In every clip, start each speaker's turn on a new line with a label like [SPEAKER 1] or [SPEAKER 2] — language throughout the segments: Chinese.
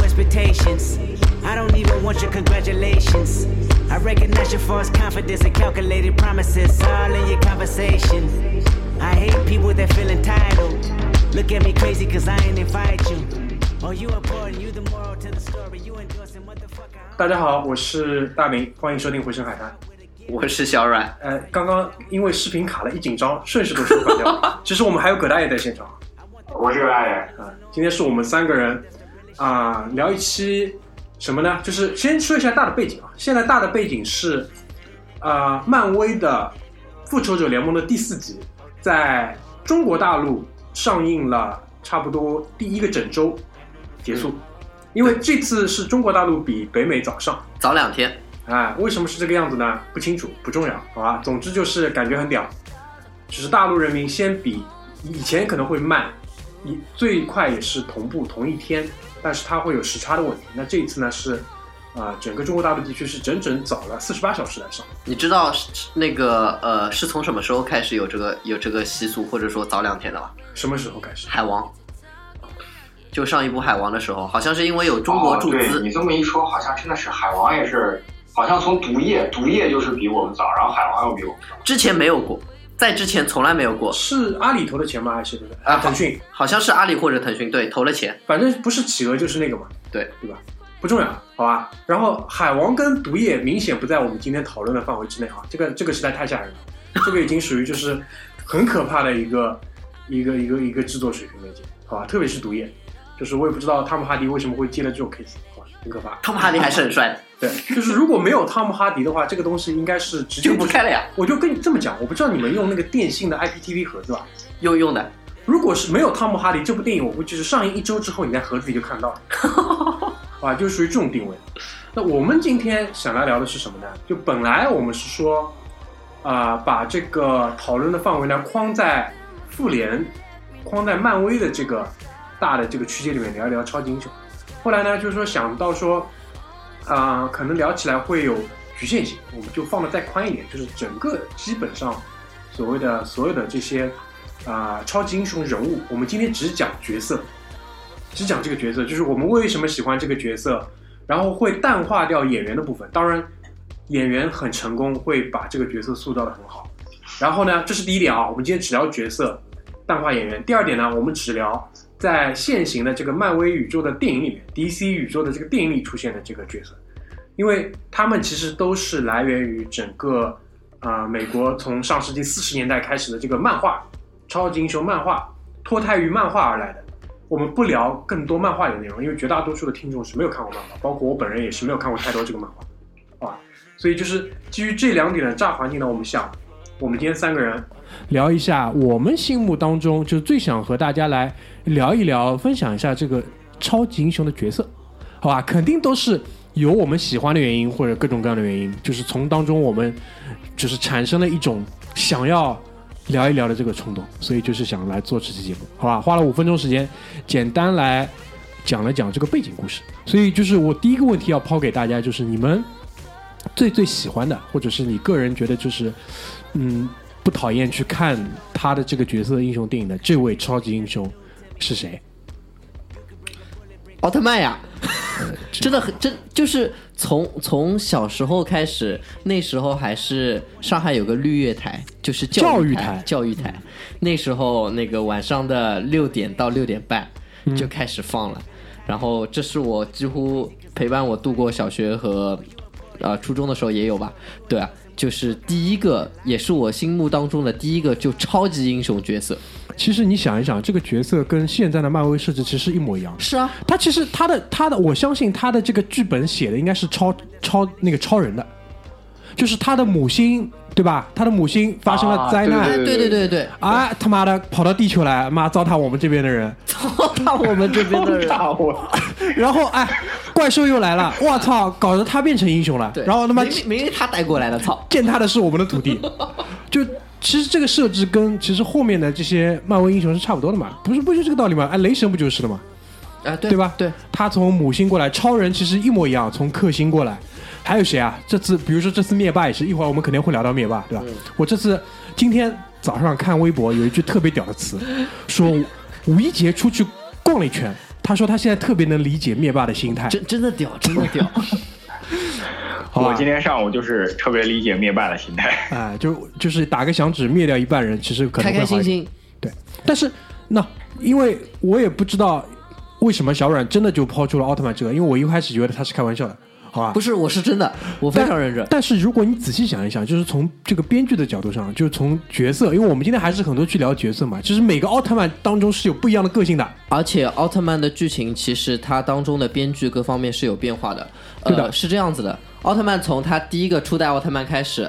[SPEAKER 1] expectations. I don't even want your congratulations. I recognize your false confidence and calculated promises all in your conversation. I hate people that feel entitled. Look at me crazy cause I ain't invite you. Oh, you important, you the moral to the story. You endorsing motherfucker. I'm
[SPEAKER 2] 大家好，我是大明，欢迎收听《回声海滩》。
[SPEAKER 3] 我是小阮，
[SPEAKER 2] 呃，刚刚因为视频卡了，一紧张，顺势被说反掉 了。其实我们还有葛大爷在现场
[SPEAKER 4] 我是个爱人，
[SPEAKER 2] 啊、今天是我们三个人啊、聊一期什么呢？就是先说一下大的背景啊。现在大的背景是，啊，漫威的《复仇者联盟》的第四集在中国大陆上映了，差不多第一个整周结束，
[SPEAKER 4] 嗯
[SPEAKER 2] 因为这次是中国大陆比北美早上。
[SPEAKER 3] 早两天，
[SPEAKER 2] 哎，为什么是这个样子呢？不清楚，不重要，好吧。总之就是感觉很屌，只是大陆人民先比以前可能会慢，以最快也是同步同一天，但是它会有时差的问题。那这一次呢是，啊、整个中国大陆地区是整整早了四十八小时来上。
[SPEAKER 3] 你知道是是那个呃是从什么时候开始有这个有这个习俗，或者说早两天的吧？
[SPEAKER 2] 什么时候开始？
[SPEAKER 3] 海王，就上一部海王的时候，好像是因为有中国
[SPEAKER 4] 哦
[SPEAKER 3] 注
[SPEAKER 4] 对
[SPEAKER 3] 资，
[SPEAKER 4] 你这么一说，好像真的是海王也是，好像从毒液，毒液就是比我们早，然后海王又比我们早。
[SPEAKER 3] 之前没有过，在之前从来没有过，
[SPEAKER 2] 是阿里投的钱吗？还是谁投的？
[SPEAKER 3] 啊
[SPEAKER 2] 腾讯，
[SPEAKER 3] 好像是阿里或者腾讯对投了钱，
[SPEAKER 2] 反正不是企鹅就是那个嘛。
[SPEAKER 3] 对，
[SPEAKER 2] 对吧？不重要，好吧。然后海王跟毒液明显不在我们今天讨论的范围之内啊，这个这个实在太吓人 了，这个已经属于就是很可怕的一个一个一个一个制作水平了已经，好吧。特别是毒液，就是我也不知道汤姆哈迪为什么会接了这种 case，好吧，很可怕。
[SPEAKER 3] 汤姆哈迪还是很帅的，
[SPEAKER 2] 对，就是如果没有汤姆哈迪的话，这个东西应该是直接
[SPEAKER 3] 就不开了呀，
[SPEAKER 2] 我就跟你这么讲，我不知道你们用那个电信的 IPTV 盒子吧。啊
[SPEAKER 3] 用用的，
[SPEAKER 2] 如果是没有汤姆哈迪这部电影，我估计是上映一周之后你在盒子里就看到了，啊，就属于这种定位。那我们今天想来聊的是什么呢？就本来我们是说，啊、把这个讨论的范围呢框在复联、框在漫威的这个大的这个区间里面聊一聊超级英雄。后来呢，就是说想到说，啊、可能聊起来会有局限性，我们就放的再宽一点，就是整个基本上所谓的所有的这些啊、超级英雄人物，我们今天只讲角色，只讲这个角色，就是我们为什么喜欢这个角色，然后会淡化掉演员的部分。当然，演员很成功，会把这个角色塑造的很好。然后呢，这是第一点啊，我们今天只聊角色，淡化演员。第二点呢，我们只聊在现行的这个漫威宇宙的电影里面，DC 宇宙的这个电影里出现的这个角色，因为他们其实都是来源于整个啊、美国从上世纪四十年代开始的这个漫画超级英雄漫画脱胎于漫画而来的。我们不聊更多漫画里的内容，因为绝大多数的听众是没有看过漫画，包括我本人也是没有看过太多这个漫画，啊，所以就是基于这两点的大环境呢，我们想，我们今天三个人聊一下我们心目当中就是最想和大家来聊一聊、分享一下这个超级英雄的角色，好吧？肯定都是有我们喜欢的原因或者各种各样的原因，就是从当中我们就是产生了一种想要聊一聊的这个冲动，所以就是想来做这期节目，好吧？花了五分钟时间，简单来讲了讲这个背景故事。所以就是我第一个问题要抛给大家，就是你们最最喜欢的，或者是你个人觉得就是嗯不讨厌去看他的这个角色英雄电影的这位超级英雄是谁？
[SPEAKER 3] 奥特曼呀，真的很真就是从从小时候开始，那时候还是上海有个绿叶台，就是教育教育台，嗯那时候那个晚上的六点到六点半就开始放了，然后这是我几乎陪伴我度过小学和呃初中的时候也有吧，对啊，就是第一个也是我心目当中的第一个就超级英雄角色，
[SPEAKER 5] 其实你想一想，这个角色跟现在的漫威设置其实一模一样。
[SPEAKER 3] 是啊，
[SPEAKER 5] 他其实他的他的，我相信他的这个剧本写的应该是超超那个超人的，就是他的母星对吧？他的母星发生了灾难。
[SPEAKER 3] 哎，对对对对，
[SPEAKER 5] 啊他妈的跑到地球来，妈糟蹋我们这边的人，
[SPEAKER 3] 糟蹋我们这边的人。
[SPEAKER 5] 然后哎，怪兽又来了，我操，搞得他变成英雄了
[SPEAKER 3] 对，，
[SPEAKER 5] 然后他妈
[SPEAKER 3] 明明明明他带过来的，操！
[SPEAKER 5] 践踏的是我们的土 地。就其实这个设置跟其实后面的这些漫威英雄是差不多的嘛，不是不就这个道理吗？哎，雷神不就是的吗？
[SPEAKER 3] 啊，对
[SPEAKER 5] 对吧？
[SPEAKER 3] 对，
[SPEAKER 5] 他从母星过来，超人其实一模一样，从克星过来。还有谁啊？这次比如说这次灭霸也是，一会儿我们肯定会聊到灭霸，对吧？
[SPEAKER 3] 嗯
[SPEAKER 5] 我这次今天 早上看微博有一句特别屌的词，说吴一杰出去逛了一圈，
[SPEAKER 2] 他说他现在特别能理解灭霸的心态，
[SPEAKER 3] 真真的屌，真的屌，
[SPEAKER 2] 好
[SPEAKER 6] 我
[SPEAKER 2] 吧
[SPEAKER 6] 今？天上午就是特别理解灭霸的心态，
[SPEAKER 2] 哎，就就是打个响指灭掉一半人，其实 可能
[SPEAKER 3] 开
[SPEAKER 2] 会好
[SPEAKER 3] 开心
[SPEAKER 2] 一点。
[SPEAKER 3] 心。
[SPEAKER 2] 对，但是那因为我也不知道为什么小软真的就抛出了奥特曼这个，因为我一开始觉得他是开玩笑的，好吧？
[SPEAKER 3] 不
[SPEAKER 2] 是
[SPEAKER 3] 是，我是真的，我非常认真。
[SPEAKER 2] 但是如果你仔细想一想，就是从这个编剧的角度上，就是从角色，因为我们今天还是很多去聊角色嘛，就是每个奥特曼当中是有不一样的个性的。
[SPEAKER 3] 而且奥特曼的剧情其实它当中的编剧各方面是有变化的，
[SPEAKER 2] 对的
[SPEAKER 3] 呃，是这样子的。奥特曼从他第一个初代奥特曼开始，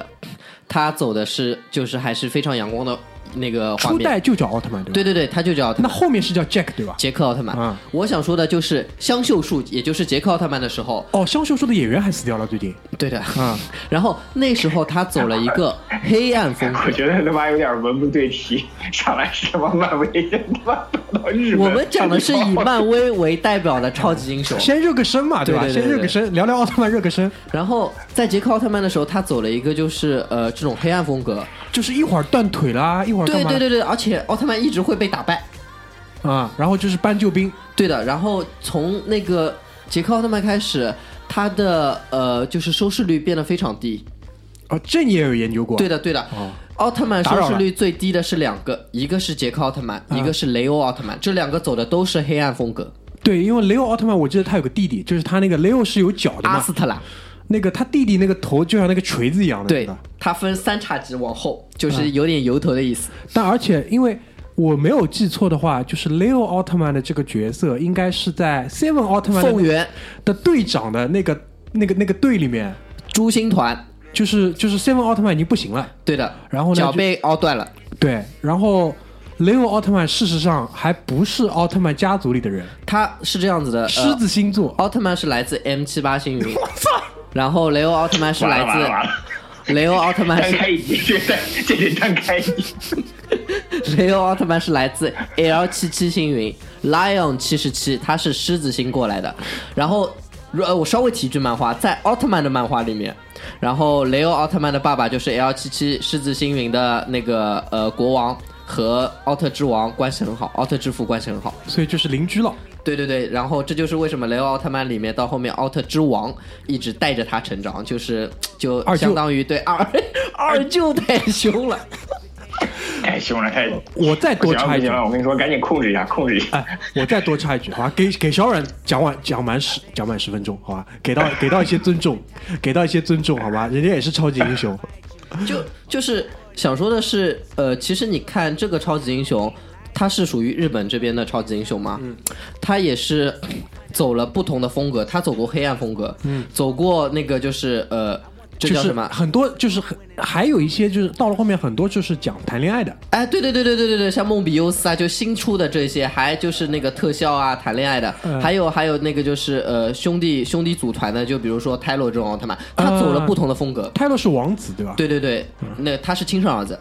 [SPEAKER 3] 他走的是就是还是非常阳光的那个画
[SPEAKER 2] 初
[SPEAKER 3] 面。
[SPEAKER 2] 代就叫奥特曼，对吧？
[SPEAKER 3] 对对对，他就叫奥特
[SPEAKER 2] 那
[SPEAKER 3] 曼
[SPEAKER 2] 后面是叫 Jack 对吧？
[SPEAKER 3] 杰克奥特曼。
[SPEAKER 2] 啊
[SPEAKER 3] 我想说的就是香秀树，也就是杰克奥特曼的时候，
[SPEAKER 2] 哦，香秀树的演员还死掉了，最近
[SPEAKER 3] 对的。
[SPEAKER 2] 啊，
[SPEAKER 3] 然后那时候他走了一个黑暗风格
[SPEAKER 6] 我。觉得他妈有点文不对 题，上来是他妈漫威人他妈跑到日本，
[SPEAKER 3] 我们讲的是以漫威为代表的超级英雄，
[SPEAKER 2] 先热个身嘛，吧？
[SPEAKER 3] 对对对对
[SPEAKER 2] 先热个身，聊聊奥特曼热个身，
[SPEAKER 3] 然后在杰克奥特曼的时候，他走了一个就是呃这种黑暗风格，
[SPEAKER 2] 就是一会儿断腿啦，一会儿干
[SPEAKER 3] 对
[SPEAKER 2] 嘛
[SPEAKER 3] 对对对，而且奥特曼一直会被打败。
[SPEAKER 2] 啊，然后就是搬救兵，
[SPEAKER 3] 对的，然后从那个杰克奥特曼开始，他的呃就是收视率变得非常低。
[SPEAKER 2] 哦，这你也有研究过？
[SPEAKER 3] 对的对的，奥特曼
[SPEAKER 2] 哦打扰
[SPEAKER 3] 收
[SPEAKER 2] 了嗯
[SPEAKER 3] 视率最低的是两个，一个是杰克奥特曼，一个是雷欧奥特曼，这两个走的都是黑暗风格。
[SPEAKER 2] 对，因为雷欧奥特曼，我记得他有个弟弟，就是他那个雷欧是有脚的
[SPEAKER 3] 阿
[SPEAKER 2] 嘛
[SPEAKER 3] 斯，特拉，
[SPEAKER 2] 那个他弟弟那个头就像那个锤子一样的，嗯
[SPEAKER 3] 对
[SPEAKER 2] 吧？，
[SPEAKER 3] 它分三叉戟往后，就是有点油头的意思。
[SPEAKER 2] 但而且因为我没有记错的话，就是雷欧奥特曼的这个角色应该是在 Seven 奥特曼的
[SPEAKER 3] 凤元、
[SPEAKER 2] 的队长的那个那个那个队里面，
[SPEAKER 3] 诛星团，
[SPEAKER 2] 就是就是 Seven 奥特曼已经不行了。
[SPEAKER 3] 对的，
[SPEAKER 2] 然后呢就
[SPEAKER 3] 脚被凹断了。
[SPEAKER 2] 对，然后雷欧奥特曼事实上还不是奥特曼家族里的人，
[SPEAKER 3] 他是这样子的，呃
[SPEAKER 2] 狮子星座。
[SPEAKER 3] 奥特曼是来自 M 七八星云，然后雷欧奥特曼是
[SPEAKER 6] 完
[SPEAKER 3] 来
[SPEAKER 6] 了完了完了，
[SPEAKER 3] 自雷欧奥特曼
[SPEAKER 6] 单
[SPEAKER 3] 是
[SPEAKER 6] 开一集，这这得单开一 集，
[SPEAKER 3] 雷欧奥特曼是来自 L 七七星云 Lion 七十七，他是狮子星过来的。然后，如呃，我稍微提一句漫画，在奥特曼的漫画里面，然后雷欧奥特曼的爸爸就是 L 七七狮子星云的那个呃国王和奥特之王关系很好，奥特之父关系很好。
[SPEAKER 2] 所以就是邻居了。
[SPEAKER 3] 对对对，然后这就是为什么雷欧奥特曼里面到后面奥特之王一直带着他成长，就是就
[SPEAKER 2] 二舅
[SPEAKER 3] 相当于对二 二舅太凶 了。
[SPEAKER 6] 太凶了，太。
[SPEAKER 2] 我再
[SPEAKER 6] 不
[SPEAKER 2] 多
[SPEAKER 6] 行了
[SPEAKER 2] 插
[SPEAKER 6] 不
[SPEAKER 2] 一句
[SPEAKER 6] 行，了，我跟你说，赶紧控制一下，控制一下。
[SPEAKER 2] 哎，我再多插一句，好吧，给给小冉讲完讲满十讲满十分钟，好吧，给到给到一些尊重，给到一些尊重，好吧，人家也是超级英雄，
[SPEAKER 3] 就就是想说的是，呃，其实你看这个超级英雄，他是属于日本这边的超级英雄嘛，嗯，他也是走了不同的风格，他走过黑暗风格，嗯，走过那个就是呃，这
[SPEAKER 2] 就
[SPEAKER 3] 叫
[SPEAKER 2] 是
[SPEAKER 3] 什么？
[SPEAKER 2] 很多就是很还有一些就是到了后面很多就是讲谈恋爱的，
[SPEAKER 3] 哎，对对对对对对对，像梦比优斯啊，就新出的这些，还就是那个特效啊，谈恋爱的，还有还有那个就是呃兄弟兄弟组团的，就比如说泰罗这种奥特曼，他走了不同的风格。
[SPEAKER 2] 泰勒是王子对吧？，
[SPEAKER 3] 对对对，那他是亲生儿子，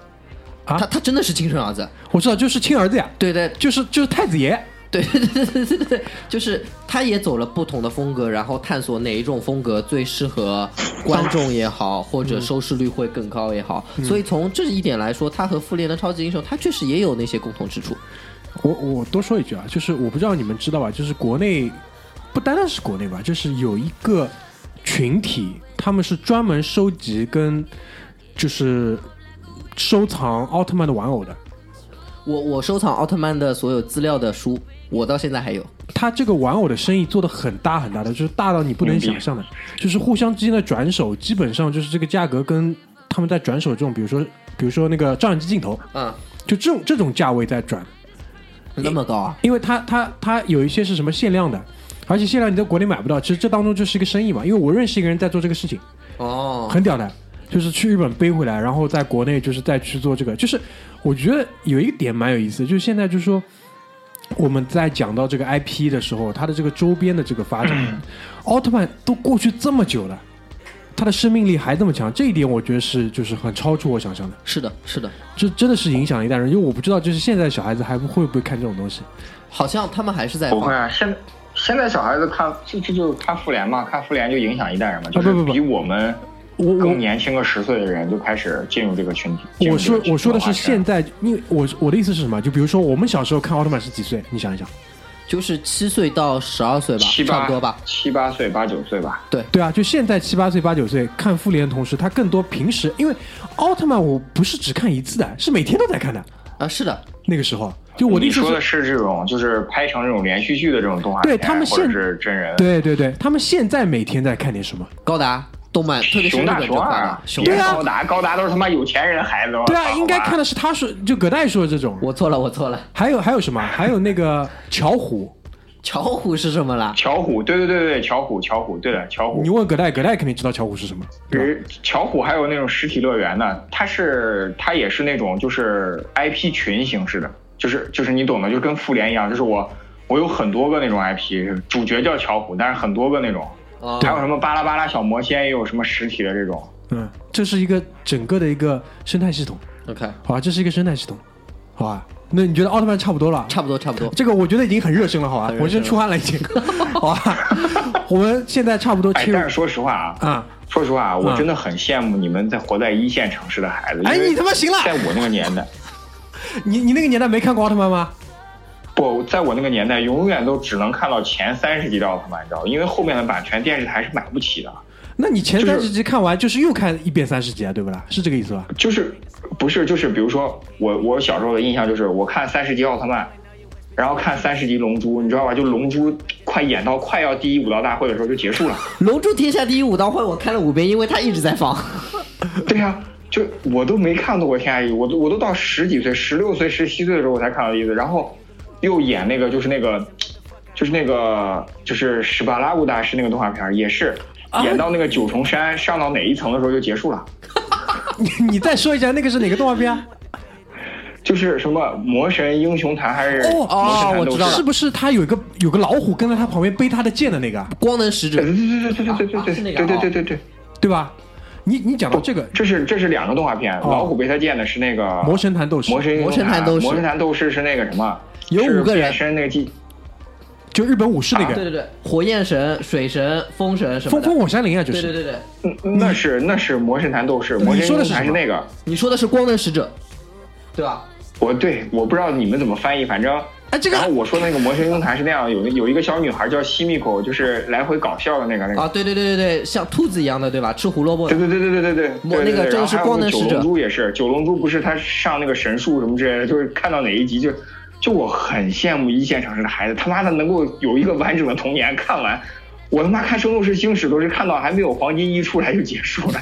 [SPEAKER 2] 啊
[SPEAKER 3] 他他真的是亲生儿子。
[SPEAKER 2] 我知道就是亲儿子呀，
[SPEAKER 3] 对对
[SPEAKER 2] 就是就是太子爷，
[SPEAKER 3] 对对对对对对对，就是他也走了不同的风格，然后探索哪一种风格最适合观众也好，或者收视率会更高也好。所以从这一点来说，他和复联的超级英雄，他确实也有那些共同之处。
[SPEAKER 2] 我我多说一句啊，就是我不知道你们知道吧，就是国内不单单是国内吧，就是有一个群体，他们是专门收集跟就是收藏奥特曼的玩偶的。
[SPEAKER 3] 我我收藏奥特曼的所有资料的书，我到现在还有。
[SPEAKER 2] 他这个玩偶的生意做得很大很大的，就是大到你不能想象的，就是互相之间的转手，基本上就是这个价格跟他们在转手这种，比如说比如说那个照相机镜头，
[SPEAKER 3] 嗯，
[SPEAKER 2] 就这种这种价位在转，
[SPEAKER 3] 那么高啊？
[SPEAKER 2] 因为它它它有一些是什么限量的，而且限量你在国内买不到。其实这当中就是一个生意嘛，因为我认识一个人在做这个事情，
[SPEAKER 3] 哦，
[SPEAKER 2] 很屌的，就是去日本背回来，然后在国内就是再去做这个。就是我觉得有一个点蛮有意思，就是现在就是说我们在讲到这个 IP 的时候，它的这个周边的这个发展，奥特曼都过去这么久了。它的生命力还这么强，这一点我觉得是就是很超出我想象的，
[SPEAKER 3] 是的，是的，
[SPEAKER 2] 这真的是影响一代人。因为我不知道，就是现在小孩子还会不会看这种东西？
[SPEAKER 3] 好像他们还是在
[SPEAKER 6] 不
[SPEAKER 3] 放
[SPEAKER 6] 会。啊，现在现在小孩子看这这就是看复联嘛，看复联就影响一代人
[SPEAKER 3] 啊
[SPEAKER 6] 嘛，就是
[SPEAKER 2] 不不不
[SPEAKER 6] 比我们
[SPEAKER 2] 我我
[SPEAKER 6] 更年轻个十岁的人就开始进入这个群体。进入
[SPEAKER 2] 我
[SPEAKER 6] 这个
[SPEAKER 2] 说我说的
[SPEAKER 6] 文化
[SPEAKER 2] 是
[SPEAKER 6] 圈
[SPEAKER 2] 现在，因为我我的意思是什么？就比如说我们小时候看奥特曼是几岁？你想一想，
[SPEAKER 3] 就是七岁到十二岁吧，
[SPEAKER 6] 七
[SPEAKER 3] 差
[SPEAKER 6] 八
[SPEAKER 3] 不多吧。
[SPEAKER 6] 七八岁八九岁吧，
[SPEAKER 2] 对啊，就现在七八岁、八九岁看复联的同时，他更多平时因为奥特曼我不是只看一次的，是每天都在看的。
[SPEAKER 3] 啊，是的，
[SPEAKER 2] 那个时候，就我的意
[SPEAKER 6] 你
[SPEAKER 2] 思
[SPEAKER 6] 说的
[SPEAKER 2] 是，
[SPEAKER 6] 是这种，就是拍成这种连续剧的这种动画片，
[SPEAKER 2] 对他们
[SPEAKER 6] 或者
[SPEAKER 2] 现
[SPEAKER 6] 是真人，
[SPEAKER 2] 对对对，他们现在每天在看点什么？
[SPEAKER 3] 高达动漫，特别是
[SPEAKER 6] 熊
[SPEAKER 3] 日
[SPEAKER 6] 大
[SPEAKER 3] 本的
[SPEAKER 6] 熊
[SPEAKER 3] 高
[SPEAKER 6] 二
[SPEAKER 3] 达
[SPEAKER 6] 啊，，
[SPEAKER 3] 熊
[SPEAKER 6] 别
[SPEAKER 2] 对啊
[SPEAKER 6] 高达高达都是他妈有钱人孩子，
[SPEAKER 2] 对啊，
[SPEAKER 6] 好吧
[SPEAKER 2] 应该看的是他说就葛代说的这种，
[SPEAKER 3] 我错了，我错了，
[SPEAKER 2] 还有还有什么？还有那个巧虎，
[SPEAKER 3] 巧虎是什么啦？
[SPEAKER 6] 巧虎，对对对对，巧虎巧虎，对的巧虎
[SPEAKER 2] 你，问葛代，葛代肯定知道巧虎是什么。
[SPEAKER 6] 人巧虎还有那种实体乐园呢，它是它也是那种就是 IP 群形式的，就是就是你懂的，就跟复联一样，就是我我有很多个那种 IP，主角叫巧虎，但是很多个那种，
[SPEAKER 3] 啊，
[SPEAKER 6] 还有什么巴拉巴拉小魔仙，也有什么实体的这种。
[SPEAKER 2] 嗯，这是一个整个的一个生态系统，
[SPEAKER 3] OK，
[SPEAKER 2] 好吧？这是一个生态系统，好吧？那你觉得奥特曼差不多了？
[SPEAKER 3] 差不多，差不多。
[SPEAKER 2] 这个我觉得已经很热身了，好吧？浑身出汗了已 经，好吧？我们现在差不多
[SPEAKER 6] 哎
[SPEAKER 2] 切，入
[SPEAKER 6] 但是说实话啊，
[SPEAKER 2] 啊，
[SPEAKER 6] 说实话啊，我
[SPEAKER 2] 嗯
[SPEAKER 6] 真的很羡慕你们在活在一线城市的孩子。
[SPEAKER 2] 哎
[SPEAKER 6] 因为
[SPEAKER 2] 你他妈行了
[SPEAKER 6] 在我那个年代，
[SPEAKER 2] 你你那个年代没看过奥特曼吗？
[SPEAKER 6] 不，在我那个年代，永远都只能看到前三十集的奥特曼，你知道吗？因为后面的版权电视台是买不起的。
[SPEAKER 2] 那你前
[SPEAKER 6] 就是
[SPEAKER 2] 三十集看完，就是又看一遍三十集啊，对不啦？是这个意思 吧？
[SPEAKER 6] 就是不是就是，比如说我我小时候的印象就是，我看三十集奥特曼，然后看三十集龙珠，你知道吧？就龙珠快演到快要第一武道大会的时候就结束了。
[SPEAKER 3] 龙珠天下第一武道会我看了五遍，因为它一直在放。
[SPEAKER 6] 对呀、就我都没看到过天下一，我都我都到十几岁，十六岁、十七岁的时候我才看到一次，然后又演那个就是那个就是那个就是史巴拉乌大师那个动画片儿也是。演到那个九重山上到哪一层的时候就结束了，
[SPEAKER 2] 你你再说一下那个是哪个动画片 啊？
[SPEAKER 6] 就是什么魔神英雄坛还是
[SPEAKER 3] 哦
[SPEAKER 6] 魔神坛斗士
[SPEAKER 2] 哦是不是他有一个有个老虎跟在他旁边背他的剑的那个，
[SPEAKER 3] 光能使
[SPEAKER 6] 对对对对对对对对对对对对
[SPEAKER 3] 者，
[SPEAKER 6] 啊对对对
[SPEAKER 2] 对吧？你你讲到这个
[SPEAKER 6] 这是这是两个动画片，老虎被他剑的是那个
[SPEAKER 2] 《魔神坛斗士》，
[SPEAKER 6] 魔神哦魔
[SPEAKER 3] 魔
[SPEAKER 6] 神
[SPEAKER 3] 神
[SPEAKER 6] 坛斗士是那个什么？身那个技，
[SPEAKER 2] 就日本武士那
[SPEAKER 3] 啊对
[SPEAKER 2] 个，
[SPEAKER 3] 对对，火焰神、水神、风神什么
[SPEAKER 2] 风
[SPEAKER 3] 的。
[SPEAKER 2] 风火山林啊，就
[SPEAKER 3] 对对
[SPEAKER 2] 是
[SPEAKER 3] 对对，
[SPEAKER 6] 那是那是魔神坛斗士，魔神坛是那个。
[SPEAKER 3] 你说的是光能使者，对吧？
[SPEAKER 6] 我对我不知道你们怎么翻译，反正。然后我说啊那个魔神英坛是那样，有有一个小女孩叫西米口，就是来回搞笑的那个那个。
[SPEAKER 3] 啊，对对对对对，像兔子一样的，对吧？吃胡萝卜
[SPEAKER 6] 对
[SPEAKER 3] 的。
[SPEAKER 6] 对对对对对对，对对对然后还有九龙珠也是，九龙珠不是他上那个神术什么之类的，就是看到哪一集就，就我很羡慕一线城市的孩子，他妈的能够有一个完整的童年，看完。我他妈看《圣斗士星矢》都是看到还没有黄金一出来就结束了，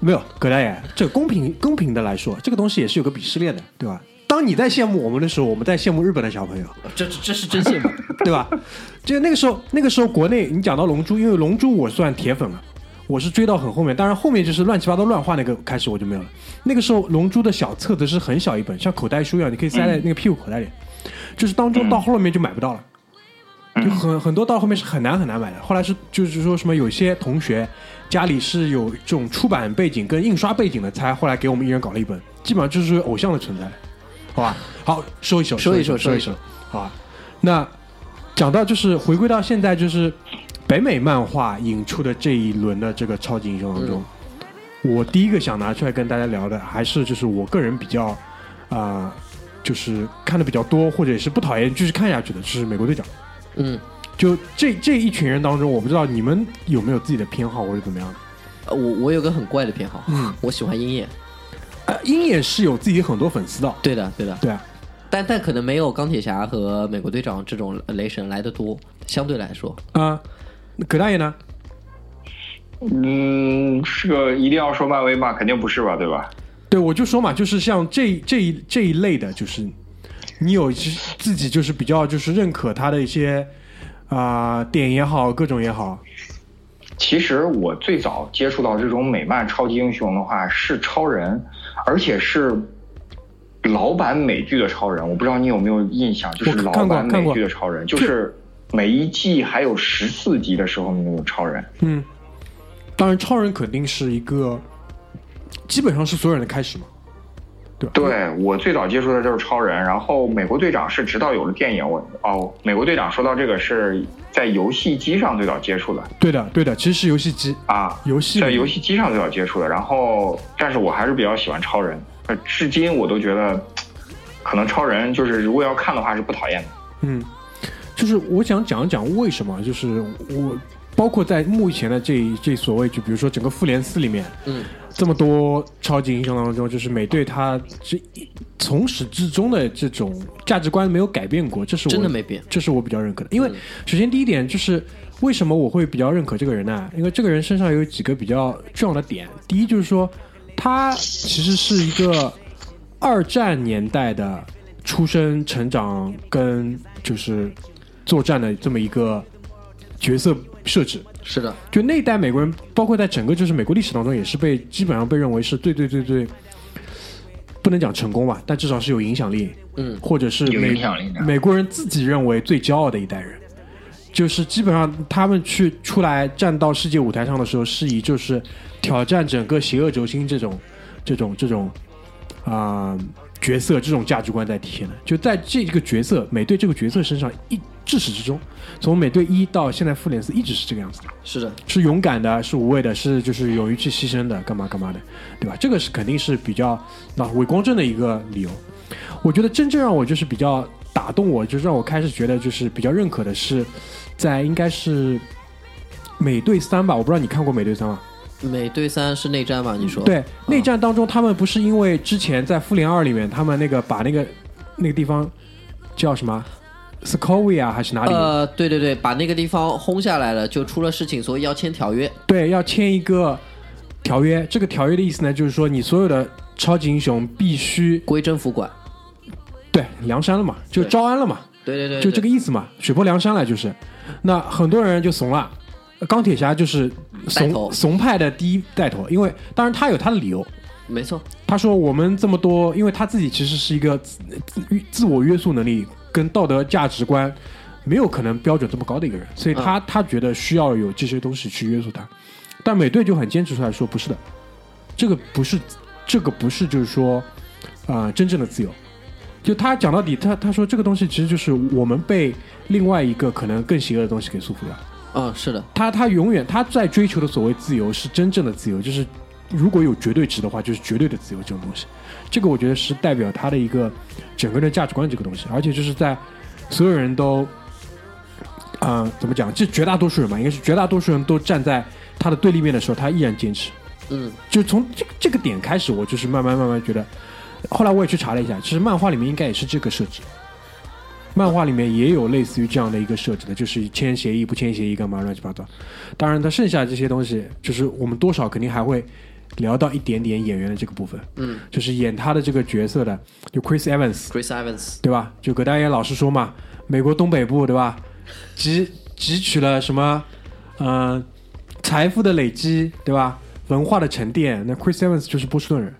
[SPEAKER 2] 没有葛大爷，这个公平公平的来说，这个东西也是有个鄙视链的，对吧？当你在羡慕我们的时候，我们在羡慕日本的小朋友，
[SPEAKER 3] 这这这是真羡 慕。
[SPEAKER 2] 对吧？就那个时候，那个时候国内你讲到《龙珠》，因为《龙珠》我算铁粉了，我是追到很后面，当然后面就是乱七八糟乱画那个开始我就没有了。那个时候《龙珠》的小册子是很小一本，像口袋书一样，你可以塞在那个屁股口袋里，就是当中到后面就买不到了。就很很多到后面是很难很难买的，后来是就是说什么有些同学家里是有这种出版背景跟印刷背景的，才后来给我们一人搞了一本，基本上就是属于偶像的存在，好吧？好，收一收，
[SPEAKER 3] 收一
[SPEAKER 2] 收，
[SPEAKER 3] 收
[SPEAKER 2] 收一
[SPEAKER 3] 收
[SPEAKER 2] 收
[SPEAKER 3] 一，
[SPEAKER 2] 好吧？那讲到就是回归到现在，就是北美漫画引出的这一轮的这个超级英雄当中，我第一个想拿出来跟大家聊的，还是就是我个人比较啊、呃就是看的比较多，或者也是不讨厌继续看下去的，就是美国队长。
[SPEAKER 3] 嗯，
[SPEAKER 2] 就这这一群人当中，我不知道你们有没有自己的偏好或者怎么样的。
[SPEAKER 3] 呃我我有个很怪的偏好，
[SPEAKER 2] 嗯
[SPEAKER 3] 我喜欢鹰眼。
[SPEAKER 2] 呃，鹰眼是有自己很多粉丝的，
[SPEAKER 3] 对的对的，
[SPEAKER 2] 对啊，
[SPEAKER 3] 但但可能没有钢铁侠和美国队长这种雷神来的多，相对来说。
[SPEAKER 2] 啊、那葛大爷呢？
[SPEAKER 6] 嗯，这个一定要说漫威吗？肯定不是吧，对吧？
[SPEAKER 2] 对，我就说嘛，就是像这这一这一类的，就是你有自己就是比较就是认可他的一些啊、点也好，各种也好，
[SPEAKER 6] 其实我最早接触到这种美漫超级英雄的话是超人，而且是老版美剧的超人。我不知道你有没有印象，就是
[SPEAKER 2] 我
[SPEAKER 6] 老
[SPEAKER 2] 看过
[SPEAKER 6] 版
[SPEAKER 2] 看
[SPEAKER 6] 美
[SPEAKER 2] 过
[SPEAKER 6] 剧的超人，就是每一季还有十四集的时候那种超人。
[SPEAKER 2] 嗯，当然超人肯定是一个基本上是所有人的开始嘛，对吧？
[SPEAKER 6] 对我最早接触的就是超人，然后美国队长是直到有了电影，我哦，美国队长说到这个是在游戏机上最早接触的
[SPEAKER 2] 对的，对的，其实是游戏机，
[SPEAKER 6] 啊，
[SPEAKER 2] 游戏
[SPEAKER 6] 在
[SPEAKER 2] 里
[SPEAKER 6] 游戏机上最早接触的，然后但是我还是比较喜欢超人，呃至今我都觉得，可能超人就是如果要看的话是不讨厌的。
[SPEAKER 2] 嗯，就是我想讲一讲为什么，就是我包括在目前的这这所谓就比如说整个复联四里面，
[SPEAKER 3] 嗯，
[SPEAKER 2] 这么多超级英雄当中，就是美队他这一从始至终的这种价值观没有改变过，这是我
[SPEAKER 3] 真的没变嗯
[SPEAKER 2] 这是我比较认可的。因为首先第一点就是为什么我会比较认可这个人呢、因为这个人身上有几个比较重要的点，第一就是说他其实是一个二战年代的出生、成长跟就是作战的这么一个角色设置。
[SPEAKER 3] 是的，
[SPEAKER 2] 就那一代美国人，包括在整个就是美国历史当中，也是被基本上被认为是最最最最，不能讲成功吧，但至少是有影响力，
[SPEAKER 3] 嗯
[SPEAKER 2] 或者是
[SPEAKER 6] 有
[SPEAKER 2] 美
[SPEAKER 6] 影响力的
[SPEAKER 2] 美国人自己认为最骄傲的一代人，就是基本上他们去出来站到世界舞台上的时候，是以就是挑战整个邪恶轴心这种这种这种啊、角色这种价值观在体现的，就在这个角色美队这个角色身上一至始至终，从美队一到现在复联四一直是这个样子的。
[SPEAKER 3] 是的，
[SPEAKER 2] 是勇敢的，是无畏的，是就是勇于去牺牲的，干嘛干嘛的，对吧？这个是肯定是比较那伪光正的一个理由。我觉得真正让我就是比较打动我，就是让我开始觉得就是比较认可的是，在应该是美队三吧，我不知道你看过美队三吗？
[SPEAKER 3] 美队三是内战吧？你说
[SPEAKER 2] 对，内战当中他们不是因为之前在复联二里面他们那个把那个那个地方叫什么 s c o v i a 还是哪里？
[SPEAKER 3] 呃，对对对，把那个地方轰下来了，就出了事情，所以要签条约。
[SPEAKER 2] 对，要签一个条约。这个条约的意思呢，就是说你所有的超级英雄必须
[SPEAKER 3] 归政府管。
[SPEAKER 2] 对梁山了嘛，就
[SPEAKER 3] 对
[SPEAKER 2] 招安了嘛，
[SPEAKER 3] 对对对，
[SPEAKER 2] 就这个
[SPEAKER 3] 对
[SPEAKER 2] 意思嘛，水泊梁山了就是。那很多人就怂了，钢铁侠就是
[SPEAKER 3] 带头
[SPEAKER 2] 怂怂派的第一带头，因为当然他有他的理由。
[SPEAKER 3] 没错，
[SPEAKER 2] 他说我们这么多，因为他自己其实是一个自自自我约束能力跟道德价值观没有可能标准这么高的一个人，所以他、他觉得需要有这些东西去约束他。但美队就很坚持出来说不是的，这个不是这个不是就是说呃真正的自由。就他讲到底，他他说这个东西其实就是我们被另外一个可能更邪恶的东西给束缚掉。
[SPEAKER 3] 嗯，是的，
[SPEAKER 2] 他他永远他在追求的所谓自由是真正的自由，就是如果有绝对值的话，就是绝对的自由这种东西。这个我觉得是代表他的一个整个的价值观这个东西，而且就是在所有人都，嗯、怎么讲？这绝大多数人吧，应该是绝大多数人都站在他的对立面的时候，他依然坚持。
[SPEAKER 3] 嗯，
[SPEAKER 2] 就从这个这个点开始，我就是慢慢慢慢觉得，后来我也去查了一下，其实漫画里面应该也是这个设置，漫画里面也有类似于这样的一个设置的，就是签协议不签协议干嘛乱七八糟。当然，它剩下这些东西，就是我们多少肯定还会聊到一点点演员的这个部分，
[SPEAKER 3] 嗯，
[SPEAKER 2] 就是演他的这个角色的，就 Chris Evans，
[SPEAKER 3] ，Chris Evans，
[SPEAKER 2] 对吧？就葛大爷老是说嘛，美国东北部对吧，汲汲取了什么，呃，财富的累积对吧，文化的沉淀。那 Chris Evans 就是波士顿人，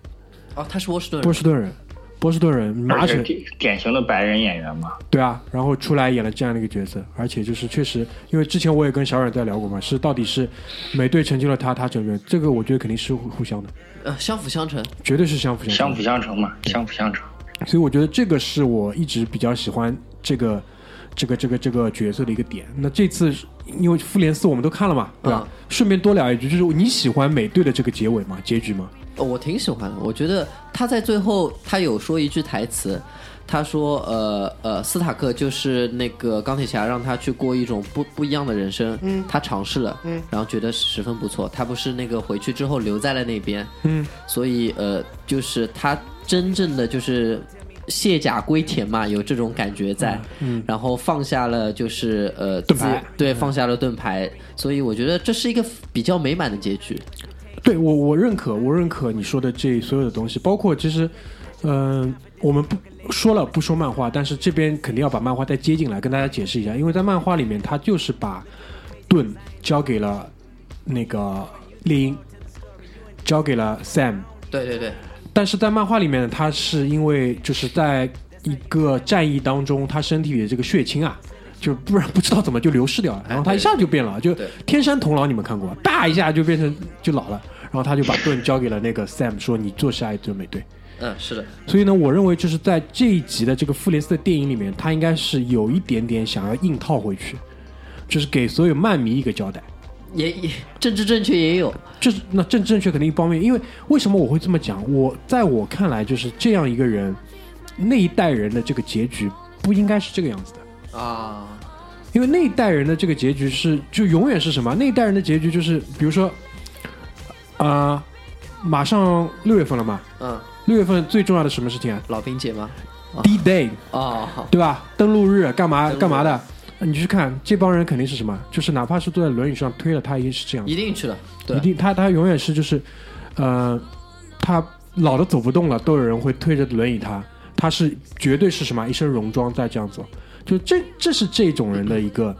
[SPEAKER 3] 哦，他是波士顿
[SPEAKER 2] 波
[SPEAKER 3] 人，
[SPEAKER 2] 士顿人，波士顿人，
[SPEAKER 6] 而
[SPEAKER 2] 麻
[SPEAKER 6] 且
[SPEAKER 2] 省
[SPEAKER 6] 典典型的白人演员嘛，
[SPEAKER 2] 对啊，然后出来演了这样的一个角色，而且就是确实，因为之前我也跟小冉在聊过嘛，是到底是美队成就了他，他成就了这个，我觉得肯定是互互相的，
[SPEAKER 3] 呃，相辅相成。
[SPEAKER 2] 绝对是相辅相成的。
[SPEAKER 6] 相辅相成嘛，相 辅相成。
[SPEAKER 2] 所以我觉得这个是我一直比较喜欢这个这个这个这个角色的一个点。那这次因为复联四我们都看了嘛，对吧？
[SPEAKER 3] 嗯
[SPEAKER 2] 顺便多聊一句，就是你喜欢美队的这个结尾吗？结局吗？
[SPEAKER 3] 哦我挺喜欢的，我觉得他在最后他有说一句台词，他说呃呃，斯塔克就是那个钢铁侠，让他去过一种不不一样的人生，嗯，他尝试了，嗯，然后觉得十分不错。他不是那个回去之后留在了那边，嗯，所以呃，就是他真正的就是。卸甲归田嘛，有这种感觉在，嗯，然后放下了就是呃
[SPEAKER 2] 盾牌
[SPEAKER 3] 自对，放下了盾牌，所以我觉得这是一个比较美满的结局，
[SPEAKER 2] 对我我认可，我认可你说的这所有的东西，包括其实，嗯、我们不说了不说漫画，但是这边肯定要把漫画再接进来，跟大家解释一下，因为在漫画里面，他就是把盾交给了那个猎鹰，交给了 Sam，
[SPEAKER 3] 对对对，
[SPEAKER 2] 但是在漫画里面，他是因为就是在一个战役当中，他身体里的这个血清啊，就不然不知道怎么就流失掉了，然后他一下就变老，就
[SPEAKER 3] 对
[SPEAKER 2] 天山童姥你们看过吧，大一下就变成就老了，然后他就把盾交给了那个 Sam，说你做下一尊美队。
[SPEAKER 3] 嗯，是的，
[SPEAKER 2] 所以呢，我认为就是在这一集的这个复联四的电影里面，他应该是有一点点想要硬套回去，就是给所有漫迷一个交代。
[SPEAKER 3] 也也政治正确也有，
[SPEAKER 2] 就是那正正确肯定一方面，因为为什么我会这么讲？我在我看来，就是这样一个人，那一代人的这个结局不应该是这个样子的。
[SPEAKER 3] 啊，
[SPEAKER 2] 因为那一代人的这个结局是就永远是什么？那一代人的结局就是，比如说，啊，马上六月份了嘛，
[SPEAKER 3] 嗯，
[SPEAKER 2] 六月份最重要的什么事情啊
[SPEAKER 3] 老兵节吗？
[SPEAKER 2] ？D Day，
[SPEAKER 3] 哦，好，
[SPEAKER 2] 对吧？登陆日干嘛
[SPEAKER 3] 啊登陆
[SPEAKER 2] 干嘛的？你去看这帮人肯定是什么？就是哪怕是坐在轮椅上推了，他也是这样子
[SPEAKER 3] 一定去了，
[SPEAKER 2] 一
[SPEAKER 3] 对，
[SPEAKER 2] 定他他永远是就是，呃，他老的走不动了，都有人会推着轮椅他，他是绝对是什么一身戎装在这样走，就这这是这种人的一个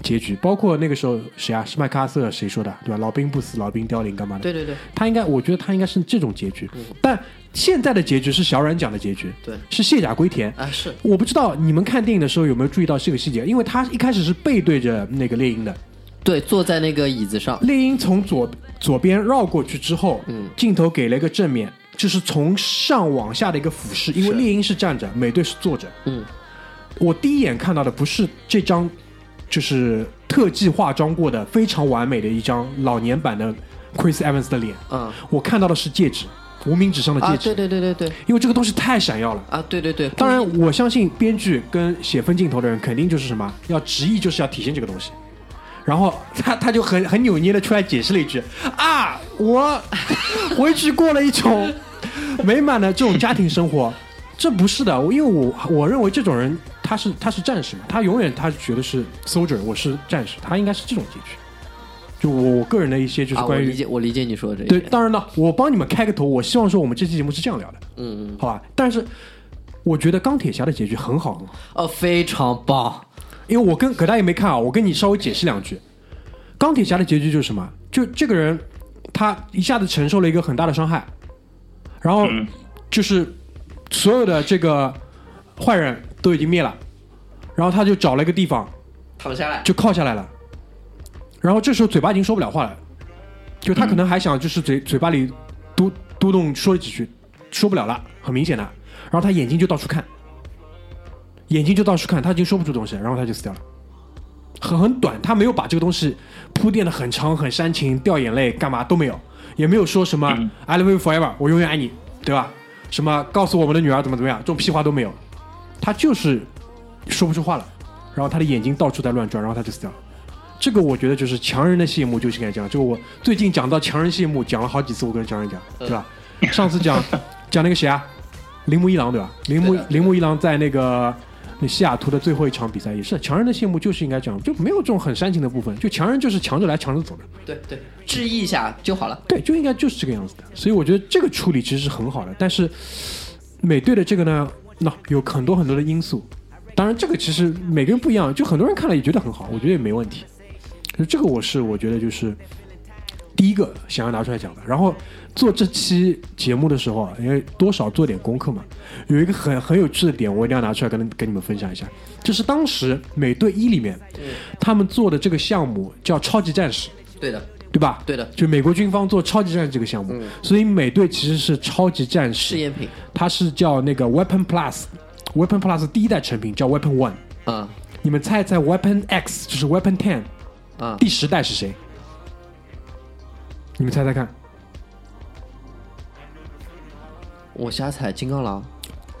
[SPEAKER 2] 结局。包括那个时候谁啊，是麦克阿瑟谁说的对吧？老兵不死，老兵凋零干嘛的？
[SPEAKER 3] 对对对
[SPEAKER 2] 他应该，我觉得他应该是这种结局，但现在的结局是小冉讲的结局，
[SPEAKER 3] 对，
[SPEAKER 2] 是卸甲归田。
[SPEAKER 3] 啊是，
[SPEAKER 2] 我不知道你们看电影的时候有没有注意到这个细节，因为他一开始是背对着那个猎鹰的，
[SPEAKER 3] 对，坐在那个椅子上，
[SPEAKER 2] 猎鹰从左左边绕过去之后，
[SPEAKER 3] 嗯
[SPEAKER 2] 镜头给了一个正面，就是从上往下的一个俯视，因为
[SPEAKER 3] 是
[SPEAKER 2] 猎鹰是站着，美队是坐着。
[SPEAKER 3] 嗯，
[SPEAKER 2] 我第一眼看到的不是这张，就是特技化妆过的非常完美的一张老年版的 Chris Evans 的脸，
[SPEAKER 3] 嗯
[SPEAKER 2] 我看到的是戒指，无名指上的
[SPEAKER 3] 啊
[SPEAKER 2] 戒指，
[SPEAKER 3] 对对对对对
[SPEAKER 2] 因为这个东西太闪耀了。
[SPEAKER 3] 啊对对对，
[SPEAKER 2] 当然，我相信编剧跟写分镜头的人肯定就是什么，要执意就是要体现这个东西。然后他他就很很扭捏的出来解释了一句啊，我回去过了一种美满的这种家庭生活，这不是的，因为我我认为这种人他是他是战士嘛，他永远他觉得是 soldier，我是战士，他应该是这种结局。就我我个人的一些就是
[SPEAKER 3] 啊我
[SPEAKER 2] 关于、
[SPEAKER 3] 理解我理解你说的这一
[SPEAKER 2] 对，
[SPEAKER 3] 点，
[SPEAKER 2] 当然了，我帮你们开个头，我希望说我们这期节目是这样聊的，
[SPEAKER 3] 嗯嗯，
[SPEAKER 2] 好吧？但是我觉得钢铁侠的结局很好很好，
[SPEAKER 3] 哦非常棒，
[SPEAKER 2] 因为我跟葛大爷没看啊，我跟你稍微解释两句。钢铁侠的结局就是什么？就这个人他一下子承受了一个很大的伤害，然后
[SPEAKER 3] 嗯
[SPEAKER 2] 就是所有的这个坏人都已经灭了，然后他就找了一个地方
[SPEAKER 3] 躺下来，
[SPEAKER 2] 就靠下来了，然后这时候嘴巴已经说不了话了，就他可能还想就是嘴、嘴巴里嘟嘟囔说几句，说不了了，很明显的。然后他眼睛就到处看，眼睛就到处看，他已经说不出东西，然后他就死掉了。很很短，他没有把这个东西铺垫的很长、很煽情、掉眼泪，干嘛都没有，也没有说什么、I love you forever，我永远爱你，对吧？什么告诉我们的女儿怎么怎么样，这种屁话都没有，他就是说不出话了，然后他的眼睛到处在乱转，然后他就死掉了。这个我觉得就是强人的谢幕就是应该这样。就我最近讲到强人谢幕，讲了好几次，我跟强人讲，
[SPEAKER 3] 嗯
[SPEAKER 2] 对吧？上次 讲讲那个谁啊，铃木一郎对吧？铃木
[SPEAKER 3] 对的
[SPEAKER 2] 铃木一郎在那个那西雅图的最后一场比赛也是强人的谢幕，就是应该这样，就没有这种很煽情的部分，就强人就是强着来强着走的，
[SPEAKER 3] 对对，致意一下就好了，
[SPEAKER 2] 对，就应该就是这个样子的。所以我觉得这个处理其实是很好的，但是美队的这个呢，那有很多很多的因素。当然，这个其实每个人不一样，就很多人看了也觉得很好，我觉得也没问题。就这个我是我觉得就是第一个想要拿出来讲的。然后做这期节目的时候啊，因为多少做点功课嘛，有一个很很有趣的点，我一定要拿出来跟跟你们分享一下，就是当时美队一里面他们做的这个项目叫超级战士，
[SPEAKER 3] 对的
[SPEAKER 2] 对吧？
[SPEAKER 3] 对的，嗯
[SPEAKER 2] 就美国军方做超级战士这个项目，所以美队其实是超级战
[SPEAKER 3] 试
[SPEAKER 2] 士，
[SPEAKER 3] 验品，
[SPEAKER 2] 它是叫那个 Weapon Plus，Weapon Plus 第一代成品叫 Weapon One。
[SPEAKER 3] 啊
[SPEAKER 2] 你们猜一猜 Weapon X 就是 Weapon Ten
[SPEAKER 3] 啊
[SPEAKER 2] 第十代是谁？你们猜猜看，
[SPEAKER 3] 我瞎猜金刚狼，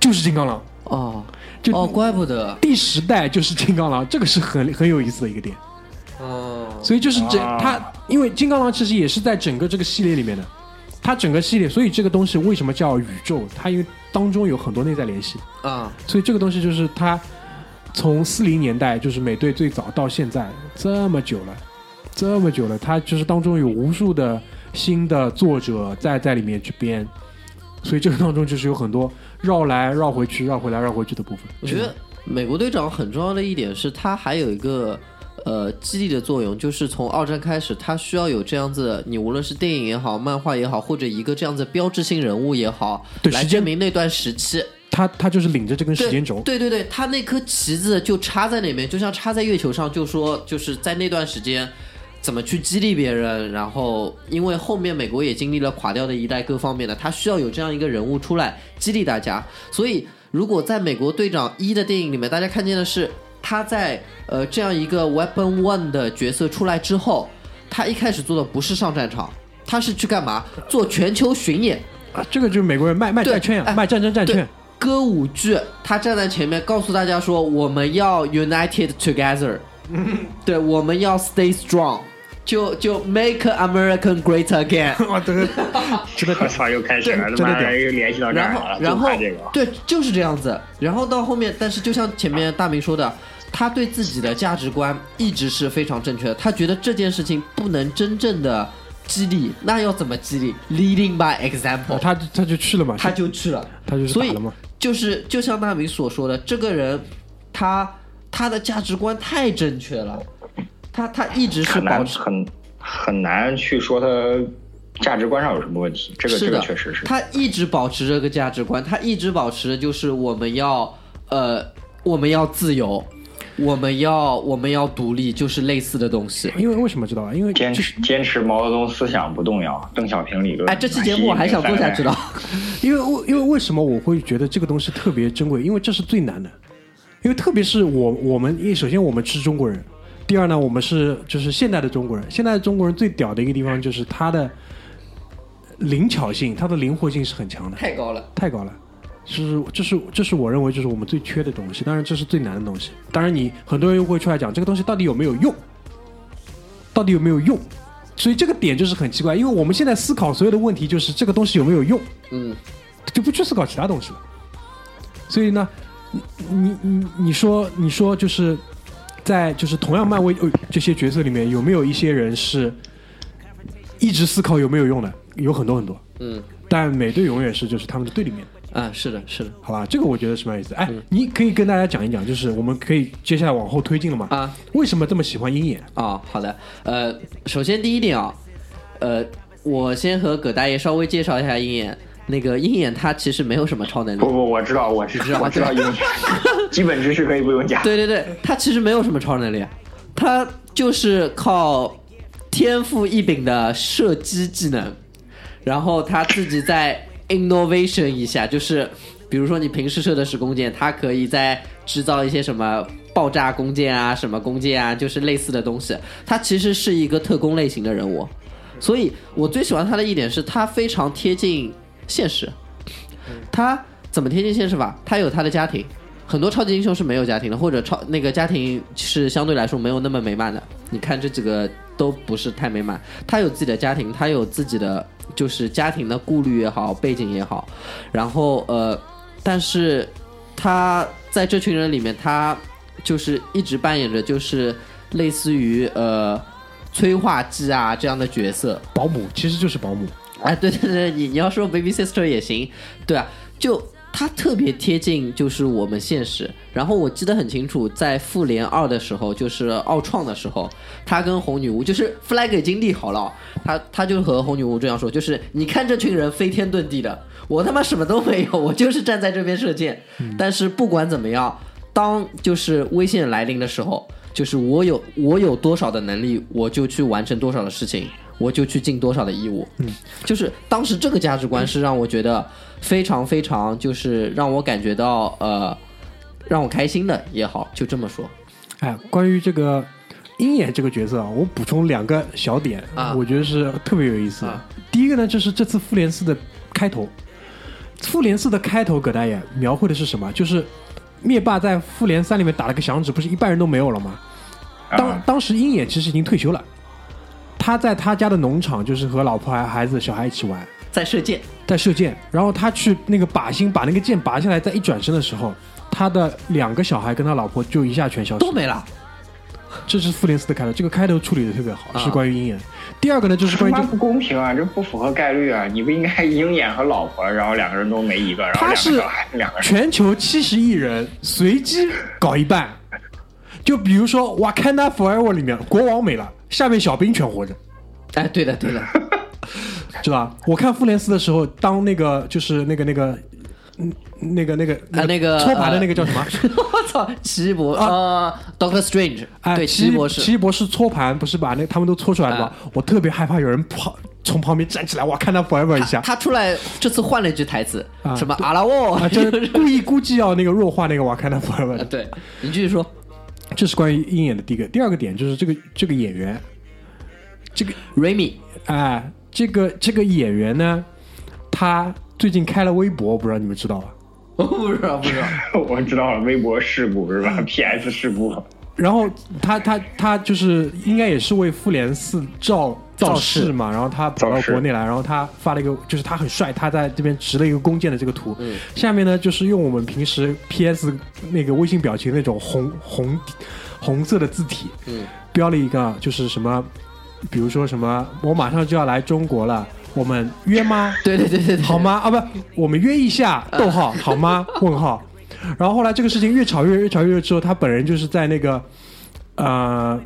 [SPEAKER 2] 就是金刚狼，
[SPEAKER 3] 哦
[SPEAKER 2] 就
[SPEAKER 3] 哦怪不得，
[SPEAKER 2] 第十代就是金刚狼，这个是很很有意思的一个点。
[SPEAKER 3] 哦
[SPEAKER 2] 所以就是整它，因为金刚狼其实也是在整个这个系列里面的，它整个系列，所以这个东西为什么叫宇宙？它因为当中有很多内在联系。
[SPEAKER 3] 啊
[SPEAKER 2] 所以这个东西就是它从四零年代就是美队最早到现在这么久了，这么久了，它就是当中有无数的新的作者在在里面去编，所以这个当中就是有很多绕来绕回去、绕回来绕回去的部分。
[SPEAKER 3] 我觉得美国队长很重要的一点是，他还有一个呃激励的作用，就是从二战开始，他需要有这样子，你无论是电影也好、漫画也好，或者一个这样子标志性人物也好，
[SPEAKER 2] 对
[SPEAKER 3] 来
[SPEAKER 2] 时间
[SPEAKER 3] 证明那段时期。
[SPEAKER 2] 它它就是领着这根时
[SPEAKER 3] 对
[SPEAKER 2] 间轴，
[SPEAKER 3] 对对对，他那颗旗子就插在那边，就像插在月球上，就说就是在那段时间。怎么去激励别人？然后，因为后面美国也经历了垮掉的一代各方面的，他需要有这样一个人物出来激励大家。所以，如果在美国队长一的电影里面，大家看见的是他在呃这样一个 Weapon One 的角色出来之后，他一开始做的不是上战场，他是去干嘛？做全球巡演。
[SPEAKER 2] 啊，这个就是美国人卖卖
[SPEAKER 3] 对
[SPEAKER 2] 债券啊，
[SPEAKER 3] 哎
[SPEAKER 2] 卖战争债
[SPEAKER 3] 对
[SPEAKER 2] 券。
[SPEAKER 3] 歌舞剧，他站在前面告诉大家说我们要 united together，对，我们要 stay strong，就就 make American great again。
[SPEAKER 2] 哇， 这个真的
[SPEAKER 6] 我操，又开始了，
[SPEAKER 2] 真的
[SPEAKER 6] 他妈
[SPEAKER 2] 屌
[SPEAKER 6] 又联系到这
[SPEAKER 3] 然
[SPEAKER 6] 儿
[SPEAKER 3] 后
[SPEAKER 6] 了，，
[SPEAKER 3] 然后
[SPEAKER 6] 就怕这个。
[SPEAKER 3] 对，就是这样子。然后到后面，但是就像前面大明说的，他对自己的价值观一直是非常正确的。他觉得这件事情不能真正的激励，那要怎么激励？Leading by example，
[SPEAKER 2] 他他就去了嘛，
[SPEAKER 3] 他就去了。
[SPEAKER 2] 他就是
[SPEAKER 3] 所
[SPEAKER 2] 打
[SPEAKER 3] 以
[SPEAKER 2] 了嘛，
[SPEAKER 3] 就是就像大明所说的，这个人他他的价值观太正确了，他他一直是
[SPEAKER 6] 很
[SPEAKER 3] 保
[SPEAKER 6] 难
[SPEAKER 3] 持。
[SPEAKER 6] 很很难去说他价值观上有什么问题，这个
[SPEAKER 3] 是
[SPEAKER 6] 这
[SPEAKER 3] 的，
[SPEAKER 6] 个确实是。
[SPEAKER 3] 他一直保持这个价值观，他一直保持的就是我们要呃，我们要自由，我们要我们要独立，就是类似的东西。
[SPEAKER 6] 哎
[SPEAKER 2] 因为为什么知道吧？啊因为
[SPEAKER 6] 坚
[SPEAKER 2] 就是
[SPEAKER 6] 持坚持毛泽东思想不动摇，邓小平理论。
[SPEAKER 3] 哎，这期节目我还想做下
[SPEAKER 6] 哎
[SPEAKER 3] 去的。
[SPEAKER 2] 因为为因为为什么我会觉得这个东西特别珍贵？因为这是最难的，因为特别是我我们，因为首先我们是中国人，第二呢，我们是就是现代的中国人。现代的中国人最屌的一个地方就是他的灵巧性，他的灵活性是很强的，
[SPEAKER 3] 太高了，
[SPEAKER 2] 太高了。就是这是这是我认为就是我们最缺的东西，当然这是最难的东西。当然你很多人又会出来讲这个东西到底有没有用，到底有没有用，所以这个点就是很奇怪，因为我们现在思考所有的问题就是这个东西有没有用，
[SPEAKER 3] 嗯，
[SPEAKER 2] 就不去思考其他东西了。所以呢，你你你你说你说就是在就是同样漫威、呃这些角色里面，有没有一些人是一直思考有没有用的？有很多很多，
[SPEAKER 3] 嗯，
[SPEAKER 2] 但美队永远是就是他们的对立面，
[SPEAKER 3] 啊，是的，是的，
[SPEAKER 2] 好吧？这个我觉得是蛮有意思的。哎，
[SPEAKER 3] 嗯
[SPEAKER 2] 你可以跟大家讲一讲，就是我们可以接下来往后推进了嘛？
[SPEAKER 3] 啊，
[SPEAKER 2] 为什么这么喜欢鹰眼？
[SPEAKER 3] 啊、好的，呃，首先第一点啊、呃，我先和葛大爷稍微介绍一下鹰眼。那个鹰眼他其实没有什么超能力
[SPEAKER 6] 不，不，我知道，我知道，我知道， 基本知识可以不用讲。
[SPEAKER 3] 对对 对，他其实没有什么超能力，啊他就是靠天赋异禀的射击技能，然后他自己在 innovation 一下，就是比如说你平时射的是弓箭，他可以在制造一些什么爆炸弓箭啊、什么弓箭啊，就是类似的东西。他其实是一个特工类型的人物，所以我最喜欢他的一点是他非常贴近现实。他怎么贴近现实法？他有他的家庭，很多超级英雄是没有家庭的，或者超那个家庭是相对来说没有那么美满的。你看这几个都不是太美满，他有自己的家庭，他有自己的就是家庭的顾虑也好，背景也好，然后呃，但是他在这群人里面，他就是一直扮演着就是类似于呃催化剂啊这样的角色，
[SPEAKER 2] 保姆其实就是保姆，
[SPEAKER 3] 哎，对对对，你你要说 baby sister 也行，对啊，就它特别贴近就是我们现实。然后我记得很清楚，在复联二的时候，就是奥创的时候，他跟红女巫就是 flag 已经立好了，他他就和红女巫这样说，就是你看这群人飞天遁地的，我他妈什么都没有，我就是站在这边射箭。但是不管怎么样，当就是危险来临的时候，就是我有我有多少的能力，我就去完成多少的事情，我就去尽多少的义务。嗯，就是当时这个价值
[SPEAKER 2] 嗯
[SPEAKER 3] 观是让我觉得非常非常，就是让我感觉到呃，让我开心的也好，就这么说。
[SPEAKER 2] 哎，关于这个鹰眼这个角色啊，我补充两个小点，
[SPEAKER 3] 啊
[SPEAKER 2] 我觉得是特别有意思。
[SPEAKER 3] 啊
[SPEAKER 2] 第一个呢，就是这次复联四的开头，复联四的开头，葛大爷描绘的是什么？就是灭霸在复联三里面打了个响指，不是一半人都没有了吗？当
[SPEAKER 6] 啊
[SPEAKER 2] 当时鹰眼其实已经退休了，他在他家的农场，就是和老婆、孩子、小孩一起玩，
[SPEAKER 3] 在射箭，
[SPEAKER 2] 在射箭，然后他去那个靶心把那个箭拔下来，再一转身的时候，他的两个小孩跟他老婆就一下全消失
[SPEAKER 3] 都
[SPEAKER 2] 了。
[SPEAKER 3] 没了。
[SPEAKER 2] 这是复联四的开头，这个开头处理的特别好，
[SPEAKER 3] 啊
[SPEAKER 2] 是关于鹰眼。第二个呢，就是
[SPEAKER 6] 他
[SPEAKER 2] 关于
[SPEAKER 6] 妈
[SPEAKER 2] 这
[SPEAKER 6] 不
[SPEAKER 2] 个，
[SPEAKER 6] 公平啊！这不符合概率啊！你不应该 鹰眼和老婆，然后两个人都没一个，然后
[SPEAKER 2] 他
[SPEAKER 6] 两个
[SPEAKER 2] 是
[SPEAKER 6] 小孩，两个人
[SPEAKER 2] 全球七十亿人随机搞一半，就比如说《Wakanda Forever》里面国王没了，下面小兵全活着，
[SPEAKER 3] 哎，对的， 对的，
[SPEAKER 2] 是吧？我看复联四的时候，当那个就是那个那个。嗯，那个、那个、
[SPEAKER 3] 啊那个呃
[SPEAKER 2] 搓牌的那个叫什么？
[SPEAKER 3] 我操，奇异博呃，Doctor Strange，
[SPEAKER 2] 啊哎，
[SPEAKER 3] 对，
[SPEAKER 2] 奇
[SPEAKER 3] 奇异
[SPEAKER 2] 异
[SPEAKER 3] 博
[SPEAKER 2] 奇
[SPEAKER 3] 士，啊
[SPEAKER 2] 异博士搓盘不是把那他们都搓出来了吗？我特别害怕有人跑从旁边站起来，哇，看他 forever 一下，
[SPEAKER 3] 他出来这次换了一句台词
[SPEAKER 2] 啊，
[SPEAKER 3] 什么阿拉沃
[SPEAKER 2] 啊，，就是故意估计要那个弱化那个瓦坎达 forever 的。
[SPEAKER 3] 啊对，你继续说。
[SPEAKER 2] 这是关于鹰眼的第一个，第二个点就是这个这个演员，这个
[SPEAKER 3] Remy，
[SPEAKER 2] 哎、这个这个演员呢，他最近开了微博，不知道你们知道吧？
[SPEAKER 3] 我不知道，不知道。
[SPEAKER 6] 我知道了，微博事故是吧？PS 事故，
[SPEAKER 2] 然后他他他就是应该也是为《复联四》造造势嘛，然后他跑到
[SPEAKER 6] 造势
[SPEAKER 2] 国内来，然后他发了一个，就是他很帅，他在这边植了一个弓箭的这个图。下面呢，就是用我们平时 PS 那个微信表情那种红红红色的字体，
[SPEAKER 3] 嗯，
[SPEAKER 2] 标了一个就是什么，比如说什么，我马上就要来中国了，我们约吗？
[SPEAKER 3] 对对对对嗯对，
[SPEAKER 2] 好吗？啊，不，我们约一下，逗号，好 吗？问号。然后后来这个事情越吵越越吵越热之后，他本人就是在那个呃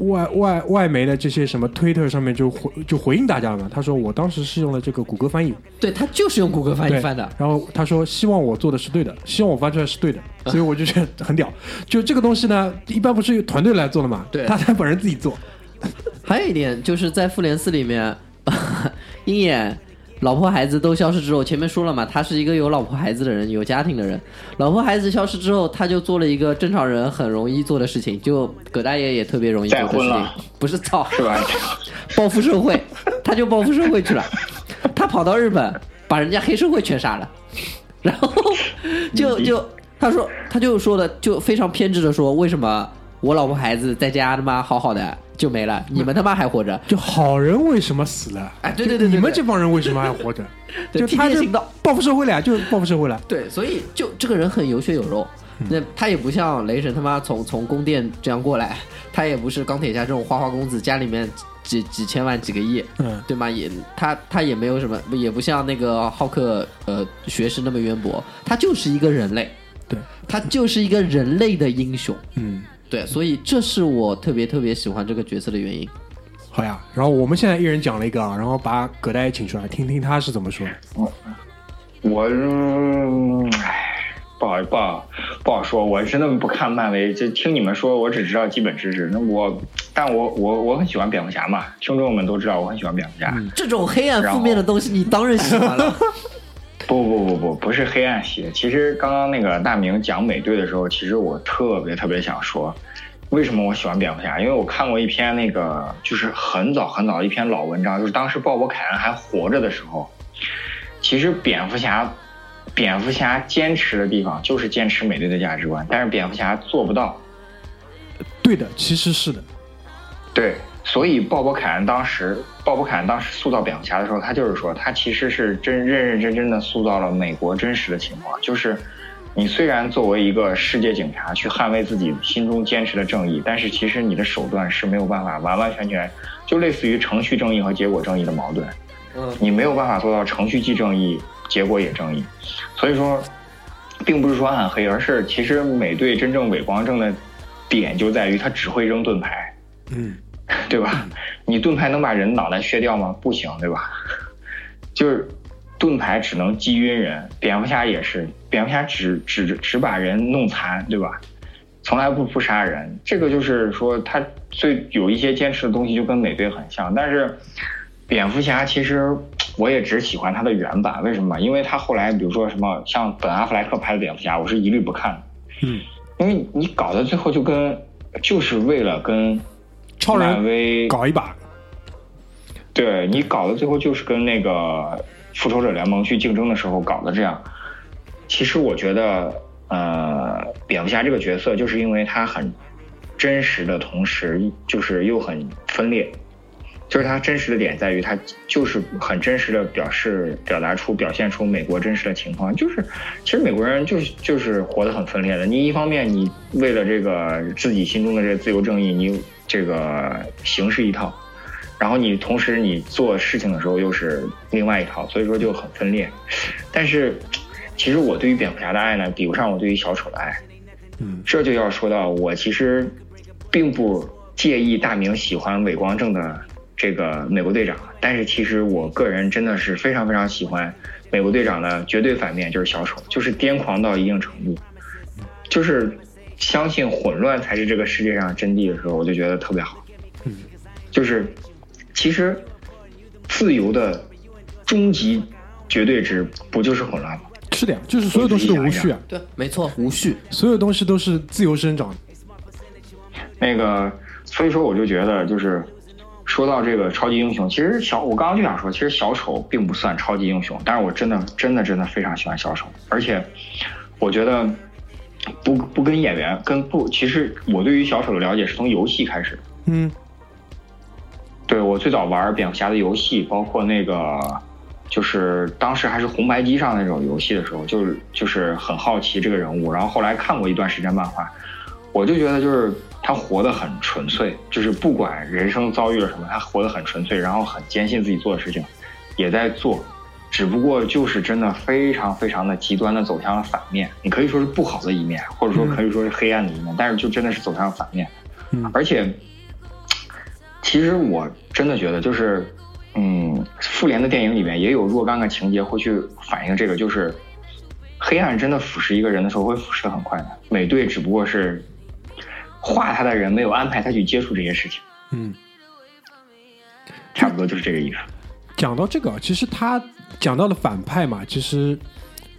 [SPEAKER 2] 外外外媒的这些什么 Twitter 上面就回就回应大家了嘛。他说我当时是用了这个谷歌翻译，
[SPEAKER 3] 对他就是用谷歌翻译
[SPEAKER 2] 对
[SPEAKER 3] 翻的，
[SPEAKER 2] 然后他说希望我做的是对的，希望我翻出来是对的，
[SPEAKER 3] 嗯
[SPEAKER 2] 所以我就觉得很屌。就这个东西呢，一般不是由团队来做的嘛，
[SPEAKER 3] 对
[SPEAKER 2] 他他本人自己做，
[SPEAKER 3] 还有一点就是在《复联四》里面， 鹰眼老婆孩子都消失之后，前面说了嘛，他是一个有老婆孩子的人，有家庭的人。老婆孩子消失之后，他就做了一个正常人很容易做的事情，就葛大爷也特别容易做的
[SPEAKER 6] 再
[SPEAKER 3] 事
[SPEAKER 6] 婚
[SPEAKER 3] 情
[SPEAKER 6] 了，
[SPEAKER 3] 不是操，
[SPEAKER 6] 是吧？
[SPEAKER 3] 报复社 会，他就报复社会去了，他跑到日本把人家黑社会全杀了，然后就就他说他就说了，就非常偏执的说，为什么我老婆孩子在家他妈好好的就没了，你们他妈还活着？
[SPEAKER 2] 就好人为什么死了？
[SPEAKER 3] 哎对对对对
[SPEAKER 2] 就你们
[SPEAKER 3] 对
[SPEAKER 2] 这帮人为什么还活着？
[SPEAKER 3] 对
[SPEAKER 2] 就
[SPEAKER 3] 替
[SPEAKER 2] 他
[SPEAKER 3] 天
[SPEAKER 2] 就
[SPEAKER 3] 行道
[SPEAKER 2] 报复社会了呀，就报复社会了。
[SPEAKER 3] 对，所以就这个人很有血有肉。
[SPEAKER 2] 嗯
[SPEAKER 3] 那他也不像雷神他妈从从宫殿这样过来，他也不是钢铁侠这种花花公子，家里面几几千万几个亿，
[SPEAKER 2] 嗯
[SPEAKER 3] 对吗？也他他也没有什么，也不像那个浩克呃学识那么渊博，他就是一个人类，
[SPEAKER 2] 对，
[SPEAKER 3] 他就是一个人类的英雄，
[SPEAKER 2] 嗯，
[SPEAKER 3] 对，所以这是我特别特别喜欢这个角色的原因。
[SPEAKER 2] 好呀。然后我们现在一人讲了一个啊，然后把葛大爷请出来，听听他是怎么说的。
[SPEAKER 6] 我，嗯唉，不好不好不好说，我真的不看漫威，就听你们说，我只知道基本知识。那我，但我我我很喜欢蝙蝠侠嘛，听众们都知道我很喜欢蝙蝠侠。
[SPEAKER 3] 这种黑暗
[SPEAKER 6] 然
[SPEAKER 3] 负
[SPEAKER 6] 后
[SPEAKER 3] 面的东西，你当然喜 欢了。
[SPEAKER 6] 不不不不，不是黑暗系。其实刚刚那个大明讲美队的时候，其实我特别特别想说，为什么我喜欢蝙蝠侠？因为我看过一篇那个，就是很早很早的一篇老文章，就是当时鲍勃凯恩还活着的时候，其实蝙蝠侠，蝙蝠侠坚持的地方就是坚持美队的价值观，但是蝙蝠侠做不到。
[SPEAKER 2] 对的，其实是的，
[SPEAKER 6] 对，所以鲍勃凯恩当时，鲍勃凯恩当时塑造蝙蝠侠的时候，他就是说，他其实是真认认真真的塑造了美国真实的情况，就是你虽然作为一个世界警察去捍卫自己心中坚持的正义，但是其实你的手段是没有办法完完全全，就类似于程序正义和结果正义的矛盾，
[SPEAKER 3] 嗯，
[SPEAKER 6] 你没有办法做到程序既正义，结果也正义，所以说。并不是说暗黑，而是其实美队真正伪光正的点就在于他只会扔盾牌，
[SPEAKER 2] 嗯，
[SPEAKER 6] 对吧？你盾牌能把人脑袋削掉吗？不行，对吧？ 就是盾牌只能击晕人，蝙蝠侠也是，蝙蝠侠只只只把人弄残，对吧？从来不不杀人，这个就是说他最有一些坚持的东西就跟美队很像，但是蝙蝠侠其实我也只喜欢他的原版，为什么？因为他后来比如说什么像本阿弗莱克拍的蝙蝠侠，我是一律不看的，
[SPEAKER 2] 嗯，
[SPEAKER 6] 因为你搞到最后就跟就是为了跟
[SPEAKER 2] 超
[SPEAKER 6] 漫
[SPEAKER 2] 人
[SPEAKER 6] 威
[SPEAKER 2] 搞一把，
[SPEAKER 6] 对你搞的最后就是跟那个复仇者联盟去竞争的时候搞的这样。其实我觉得，呃，蝙蝠侠这个角色就是因为他很真实的同时，就是又很分裂。就是他真实的点在于，他就是很真实的表示、表达出、表现出美国真实的情况。就是，其实美国人就是就是活得很分裂的。你一方面你为了这个自己心中的这个自由正义，你这个形式一套，然后你同时你做事情的时候又是另外一套，所以说就很分裂。但是，其实我对于蝙蝠侠的爱呢，比不上我对于小丑的爱。
[SPEAKER 2] 嗯，
[SPEAKER 6] 这就要说到我其实并不介意大明喜欢伪光正的这个美国队长，但是其实我个人真的是非常非常喜欢美国队长的绝对反面就是小丑，就是癫狂到一定程度，就是相信混乱才是这个世界上真谛的时候，我就觉得特别好。
[SPEAKER 2] 嗯，
[SPEAKER 6] 就是其实自由的终极绝对值不就是混乱吗？
[SPEAKER 2] 是的呀，就是所有东西都无序啊，
[SPEAKER 3] 对，没错，无序。
[SPEAKER 2] 所有东西都是自由生长。
[SPEAKER 6] 那个，所以说我就觉得，就是说到这个超级英雄，其实小我刚刚就想说，其实小丑并不算超级英雄，但是我真的真的真的非常喜欢小丑，而且我觉得不不跟演员跟不，其实我对于小丑的了解是从游戏开始的。
[SPEAKER 2] 嗯，
[SPEAKER 6] 对我最早玩蝙蝠侠的游戏，包括那个就是当时还是红白机上那种游戏的时候，就是就是很好奇这个人物，然后后来看过一段时间漫画，我就觉得就是他活得很纯粹，就是不管人生遭遇了什么，他活得很纯粹，然后很坚信自己做的事情，也在做。只不过就是真的非常非常的极端的走向了反面，你可以说是不好的一面，或者说可以说是黑暗的一面，但是就真的是走向了反面，
[SPEAKER 2] 嗯
[SPEAKER 6] 而且其实我真的觉得，就是，嗯，复联的电影里面也有若干个情节会去反映这个，就是黑暗真的腐蚀一个人的时候会腐蚀得很快的。美队只不过是画他的人没有安排他去接触这些事情，
[SPEAKER 2] 嗯，
[SPEAKER 6] 差不多就是这个意思。
[SPEAKER 2] 讲到这个，其实他讲到了反派嘛，其实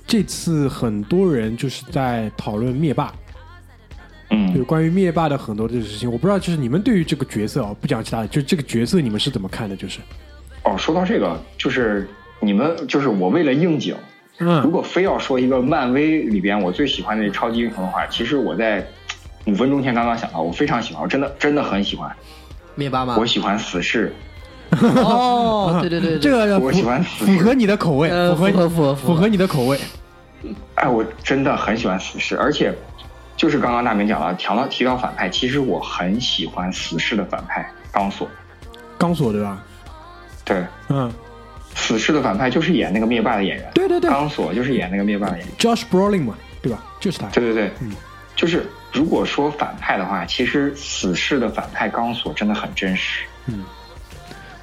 [SPEAKER 2] 这次很多人就是在讨论灭霸，就
[SPEAKER 6] 嗯，
[SPEAKER 2] 关于灭霸的很多的事情，我不知道，就是你们对于这个角色啊、不讲其他的，就这个角色你们是怎么看的？就是，
[SPEAKER 6] 哦，说到这个，就是你们，就是我为了应景，如
[SPEAKER 2] 嗯
[SPEAKER 6] 果非要说一个漫威里边我最喜欢的超级英雄的话，其实我在五分钟前刚刚想到，我非常喜欢，我真的真的很喜欢，
[SPEAKER 3] 灭霸吗
[SPEAKER 2] 啊
[SPEAKER 6] 我？喜欢死侍。
[SPEAKER 3] 哦，对对对，对
[SPEAKER 2] 这个
[SPEAKER 6] 我
[SPEAKER 2] 符
[SPEAKER 6] 喜欢死侍
[SPEAKER 2] 符合你的口味，
[SPEAKER 3] 呃
[SPEAKER 2] 符合
[SPEAKER 3] 符合符合符
[SPEAKER 2] 符
[SPEAKER 3] 合
[SPEAKER 2] 合你的口味，
[SPEAKER 6] 哎，我真的很喜欢死侍，而且就是刚刚大明讲了，讲到提到反派，其实我很喜欢死侍的反派钢索。
[SPEAKER 2] 钢索对吧？
[SPEAKER 6] 对，
[SPEAKER 2] 嗯，
[SPEAKER 6] 死侍的反派就是演那个灭霸的演员，
[SPEAKER 2] 对对对
[SPEAKER 6] 钢索就是演那个灭霸的演员。
[SPEAKER 2] ，Josh Brolin 嘛，对吧？就是他，
[SPEAKER 6] 对对对，
[SPEAKER 2] 嗯
[SPEAKER 6] 就是如果说反派的话，其实死侍的反派钢索真的很真实。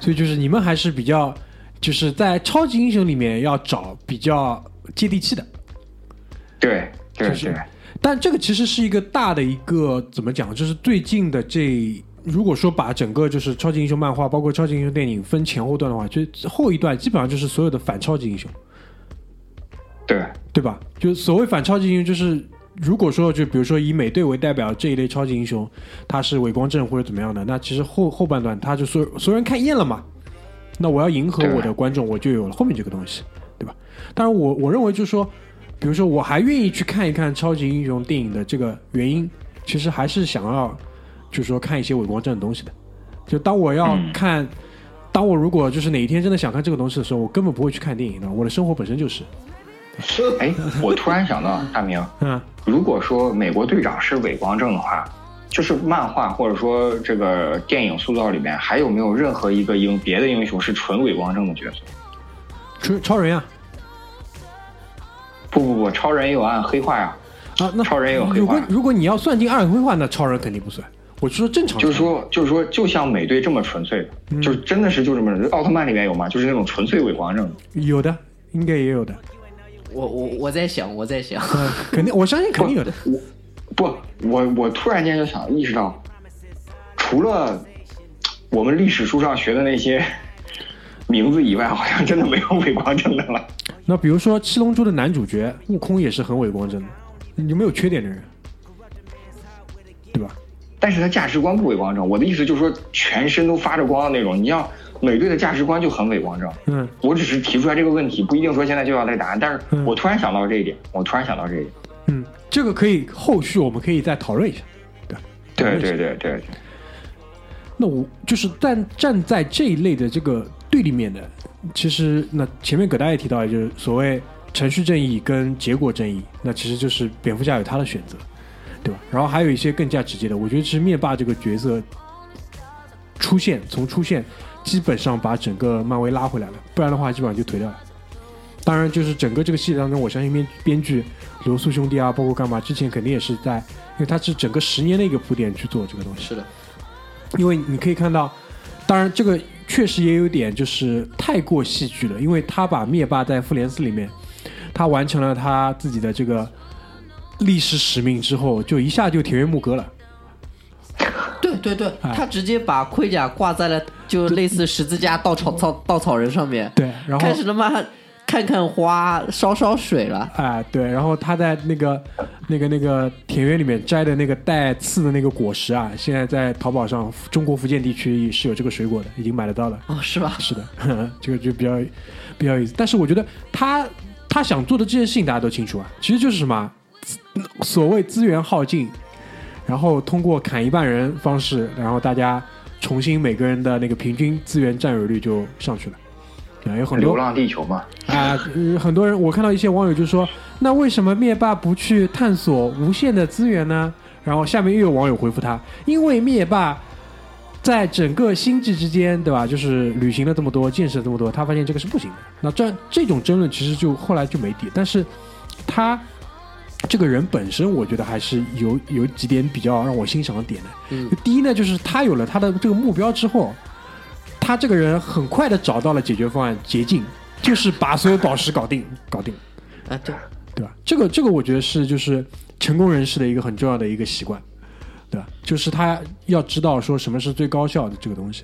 [SPEAKER 2] 所以就是你们还是比较，就是在超级英雄里面要找比较接地气的，
[SPEAKER 6] 对对
[SPEAKER 2] 就是
[SPEAKER 6] 对，
[SPEAKER 2] 但这个其实是一个大的一个怎么讲，就是最近的这。如果说把整个就是超级英雄漫画，包括超级英雄电影分前后段的话，就后一段基本上就是所有的反超级英雄，
[SPEAKER 6] 对
[SPEAKER 2] 对吧？就所谓反超级英雄，就是如果说就比如说以美队为代表这一类超级英雄，他是伪光正或者怎么样的，那其实后后半段他就所有所有人看厌了嘛，那我要迎合
[SPEAKER 6] 对
[SPEAKER 2] 我的观众，我就有了后面这个东西，对吧？当然我我认为就是说，比如说我还愿意去看一看超级英雄电影的这个原因，其实还是想要就是说看一些伪光正的东西的。就当我要
[SPEAKER 6] 嗯
[SPEAKER 2] 看，当我如果就是哪一天真的想看这个东西的时候，我根本不会去看电影的，我的生活本身就是，
[SPEAKER 6] 哎，我突然想到，大明，
[SPEAKER 2] 嗯
[SPEAKER 6] 如果说美国队长是伪光正的话，就是漫画或者说这个电影塑造里面，还有没有任何一个英别的英雄是纯伪光正的角色？
[SPEAKER 2] 超超人啊。
[SPEAKER 6] 不不不，超人也有暗黑化呀、
[SPEAKER 2] 啊，那
[SPEAKER 6] 超人也有黑
[SPEAKER 2] 如果
[SPEAKER 6] 化
[SPEAKER 2] 如果你要算进暗黑化，那超人肯定不算。我就说正常，
[SPEAKER 6] 就是，说，就是说，就像美队这么纯粹的，就是真的是就这么，奥特曼里面有吗？就是那种纯粹伪光正的。
[SPEAKER 2] 有的，应该也有的，
[SPEAKER 3] 我我我在想，我在想，
[SPEAKER 2] 嗯，肯定，我相信肯定有的。
[SPEAKER 6] 不，我我突然间就想意识到，除了我们历史书上学的那些名字以外，好像真的没有伪光正的了。
[SPEAKER 2] 那比如说《七龙珠》的男主角悟空也是很伟光正的，有没有缺点的人？对吧？
[SPEAKER 6] 但是他价值观不伪光正。我的意思就是说，全身都发着光的那种。你像美队的价值观就很伪光正。
[SPEAKER 2] 嗯，
[SPEAKER 6] 我只是提出来这个问题，不一定说现在就要这个答案。但是
[SPEAKER 2] 嗯
[SPEAKER 6] 我突然想到这一点，我突然想到这一点。
[SPEAKER 2] 嗯，这个可以后续我们可以再讨论一下。
[SPEAKER 6] 对对对对
[SPEAKER 2] 嗯
[SPEAKER 6] 对，
[SPEAKER 2] 那我就是站站在这一类的这个对立面的，其实那前面葛大爷提到，也就是所谓程序正义跟结果正义，那其实就是蝙蝠侠有他的选择，对吧？然后还有一些更加直接的，我觉得其实灭霸这个角色出现，从出现基本上把整个漫威拉回来了，不然的话基本上就颓掉了。当然，就是整个这个系列当中，我相信编编剧罗素兄弟啊，包括干嘛，之前肯定也是在，因为他是整个十年的一个铺垫去做这个东西。
[SPEAKER 3] 是的，
[SPEAKER 2] 因为你可以看到，当然这个确实也有点就是太过戏剧了，因为他把灭霸在复联四里面，他完成了他自己的这个历史使命之后，就一下就铁面幕阁了。
[SPEAKER 3] 对对对，
[SPEAKER 2] 哎
[SPEAKER 3] 他直接把盔甲挂在了就类似十字架稻草稻稻草人上面，
[SPEAKER 2] 对，然后
[SPEAKER 3] 开始他妈看看花，烧烧水了，
[SPEAKER 2] 哎、对，然后他在那个那个那个田园里面摘的那个带刺的那个果实啊，现在在淘宝上中国福建地区是有这个水果的，已经买得到了。
[SPEAKER 3] 哦，是吧？
[SPEAKER 2] 是的， 这个就比较比较有意思。但是我觉得他他想做的这些事情大家都清楚啊，其实就是什么啊，所谓资源耗尽，然后通过砍一半人方式，然后大家重新每个人的那个平均资源占有率就上去了。啊，有很多
[SPEAKER 6] 流浪地球嘛，
[SPEAKER 2] 啊、呃很多人我看到一些网友就说，那为什么灭霸不去探索无限的资源呢？然后下面又有网友回复他，因为灭霸在整个星际之间，对吧？就是旅行了这么多，见识了这么多，他发现这个是不行的。那这这种争论其实就后来就没底，但是他这个人本身，我觉得还是有有几点比较让我欣赏的点的。
[SPEAKER 3] 嗯
[SPEAKER 2] 第一呢，就是他有了他的这个目标之后，他这个人很快的找到了解决方案捷径，就是把所有宝石搞定，搞定，
[SPEAKER 3] 啊，对，
[SPEAKER 2] 对吧？这个这个我觉得是就是成功人士的一个很重要的一个习惯，对吧？就是他要知道说什么是最高效的这个东西。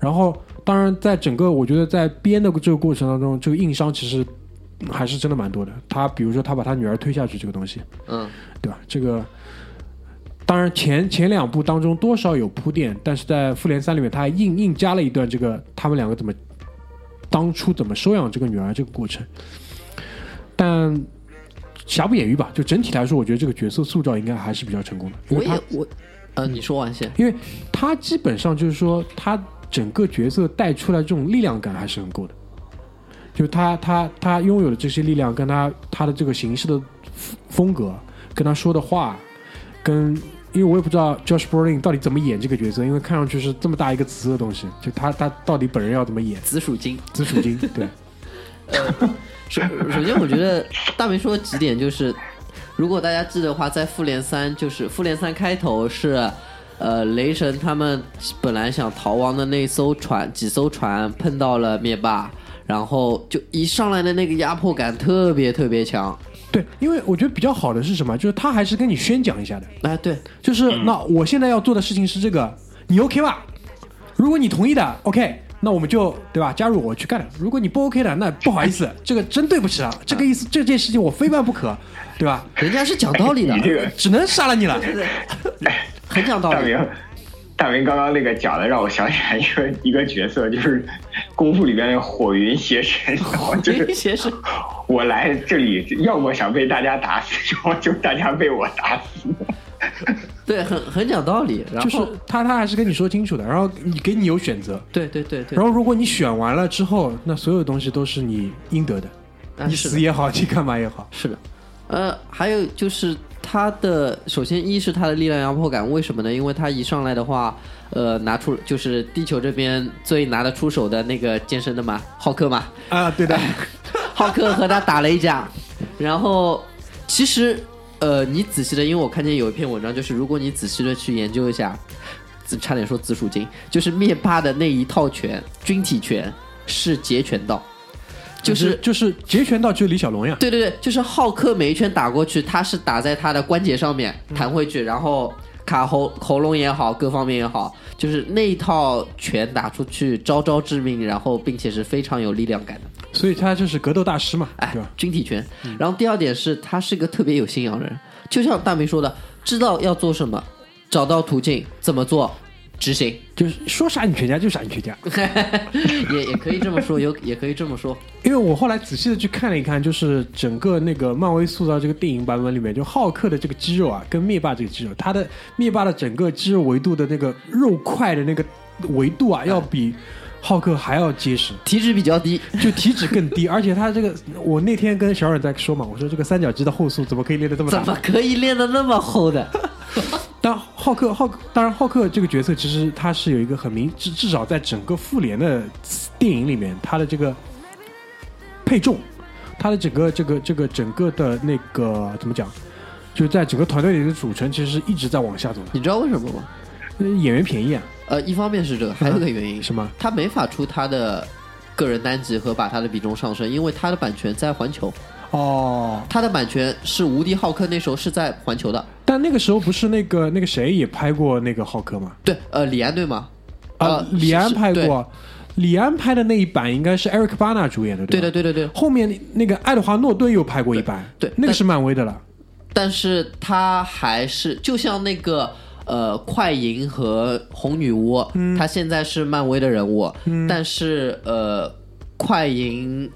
[SPEAKER 2] 然后，当然，在整个我觉得在编的这个过程当中，这个硬伤其实还是真的蛮多的。他比如说，他把他女儿推下去这个东西，
[SPEAKER 3] 嗯，
[SPEAKER 2] 对吧？这个当然前前两部当中多少有铺垫，但是在复联三里面，他还硬硬加了一段这个他们两个怎么当初怎么收养这个女儿这个过程，但瑕不掩瑜吧。就整体来说，我觉得这个角色塑造应该还是比较成功的，因
[SPEAKER 3] 我
[SPEAKER 2] 为他
[SPEAKER 3] 也我，呃，你说完先，
[SPEAKER 2] 因为他基本上就是说，他整个角色带出来这种力量感还是很够的。就他他他拥有的这些力量，跟他他的这个形式的风风格，跟他说的话，跟因为我也不知道 Josh Brolin 到底怎么演这个角色，因为看上去是这么大一个词的东西，就他他到底本人要怎么演
[SPEAKER 3] 紫薯精。
[SPEAKER 2] 紫薯精？对，
[SPEAKER 3] 首首先，我觉得大明说的几点就是，如果大家记得的话，在复联三就是复联三开头是，呃，雷神他们本来想逃亡的那艘船，几艘船碰到了灭霸，然后就一上来的那个压迫感特别特别强。
[SPEAKER 2] 对，因为我觉得比较好的是什么？就是他还是跟你宣讲一下的，
[SPEAKER 3] 哎，对，
[SPEAKER 2] 就是那我现在要做的事情是这个，你 OK 吧？如果你同意的，OK，那我们就对吧？加入我去干了。如果你不 OK 的，那不好意 思，这个真对不起
[SPEAKER 3] 嗯
[SPEAKER 2] 了，这个意思这件事情我非办不可，对吧？
[SPEAKER 3] 人家是讲道理的，
[SPEAKER 6] 哎你这个
[SPEAKER 2] 只能杀了你了。
[SPEAKER 3] 很讲道
[SPEAKER 6] 大
[SPEAKER 3] 理
[SPEAKER 6] 明。，大明刚刚那个讲的让我想起来一个一个角色，就是功夫里面那个火云邪神，然后 就是
[SPEAKER 3] 这些是
[SPEAKER 6] 我来这里，要么想被大家打死，要么就大家被我打死。
[SPEAKER 3] 对，很很讲道理。然后，
[SPEAKER 2] 就是他，他还是跟你说清楚的，然后你给你有选择。
[SPEAKER 3] 对对对对
[SPEAKER 2] 然，后如果你选完了之后，那所有东西都是你应得的，
[SPEAKER 3] 啊
[SPEAKER 2] 你
[SPEAKER 3] 是的
[SPEAKER 2] 死也好，你干嘛也好。
[SPEAKER 3] 是的，呃，还有就是他的，首先一是他的力量压迫感，为什么呢？因为他一上来的话，呃，拿出就是地球这边最拿得出手的那个健身的嘛，浩克嘛，
[SPEAKER 2] 啊，对的，
[SPEAKER 3] 浩克和他打了一架，然后其实呃，你仔细的，因为我看见有一篇文章，就是如果你仔细的去研究一下，自差点说紫薯精，就是灭霸的那一套拳，军体拳是截拳道，就是
[SPEAKER 2] 就是截拳道就是李小龙呀，
[SPEAKER 3] 对对对，就是浩克每一拳打过去，他是打在他的关节上面弹回去，然后卡喉喉咙也好，各方面也好，就是那一套拳打出去，招招致命，然后并且是非常有力量感的，
[SPEAKER 2] 所以他就是格斗大师嘛，
[SPEAKER 3] 哎
[SPEAKER 2] 对吧？，
[SPEAKER 3] 军体拳。然后第二点是，他是一个特别有信仰的人，就像大明说的，知道要做什么，找到途径，怎么做，执行，
[SPEAKER 2] 就是说杀你全家就杀你全家。
[SPEAKER 3] 也也可以这么说，有也可以这么说，
[SPEAKER 2] 因为我后来仔细的去看了一看，就是整个那个漫威塑造这个电影版本里面，就浩克的这个肌肉啊，跟灭霸这个肌肉，他的灭霸的整个肌肉维度的那个肉块的那个维度啊，要比浩克还要结实。
[SPEAKER 3] 体脂比较低，
[SPEAKER 2] 就体脂更低，而且他这个，我那天跟小冉在说嘛，我说这个三角肌的后束怎么可以练得这么大
[SPEAKER 3] 怎？么可以练得那么厚的？
[SPEAKER 2] 但浩克，浩克，当然浩克这个角色其实他是有一个很明，至至少在整个复联的电影里面，他的这个配重，他的整个这个这个整个的那个怎么讲，就是在整个团队里的组成，其实是一直在往下走的。
[SPEAKER 3] 你知道为什么吗？嗯
[SPEAKER 2] 呃演员便宜啊，
[SPEAKER 3] 呃，一方面是这个，还有一
[SPEAKER 2] 嗯
[SPEAKER 3] 个原因
[SPEAKER 2] 什么？
[SPEAKER 3] 他没法出他的个人单集和把他的比重上升，因为他的版权在环球，
[SPEAKER 2] 哦，
[SPEAKER 3] 他的版权是无敌浩克那时候是在环球的，
[SPEAKER 2] 但那个时候不是那个那个谁也拍过那个浩克吗？
[SPEAKER 3] 对，呃，李安对吗？
[SPEAKER 2] 啊、
[SPEAKER 3] 呃
[SPEAKER 2] 李安
[SPEAKER 3] 是
[SPEAKER 2] 拍过，李安拍的那一版应该是 Eric Bana 主演的，
[SPEAKER 3] 对
[SPEAKER 2] 吧
[SPEAKER 3] 的，对的，对的。
[SPEAKER 2] 后面那个爱德华诺顿又拍过一版，
[SPEAKER 3] 对对
[SPEAKER 2] 那个
[SPEAKER 3] 但
[SPEAKER 2] 是漫威的了。
[SPEAKER 3] 但是他还是就像那个呃，快银和红女巫，他现在是漫威的人物，但是呃，快银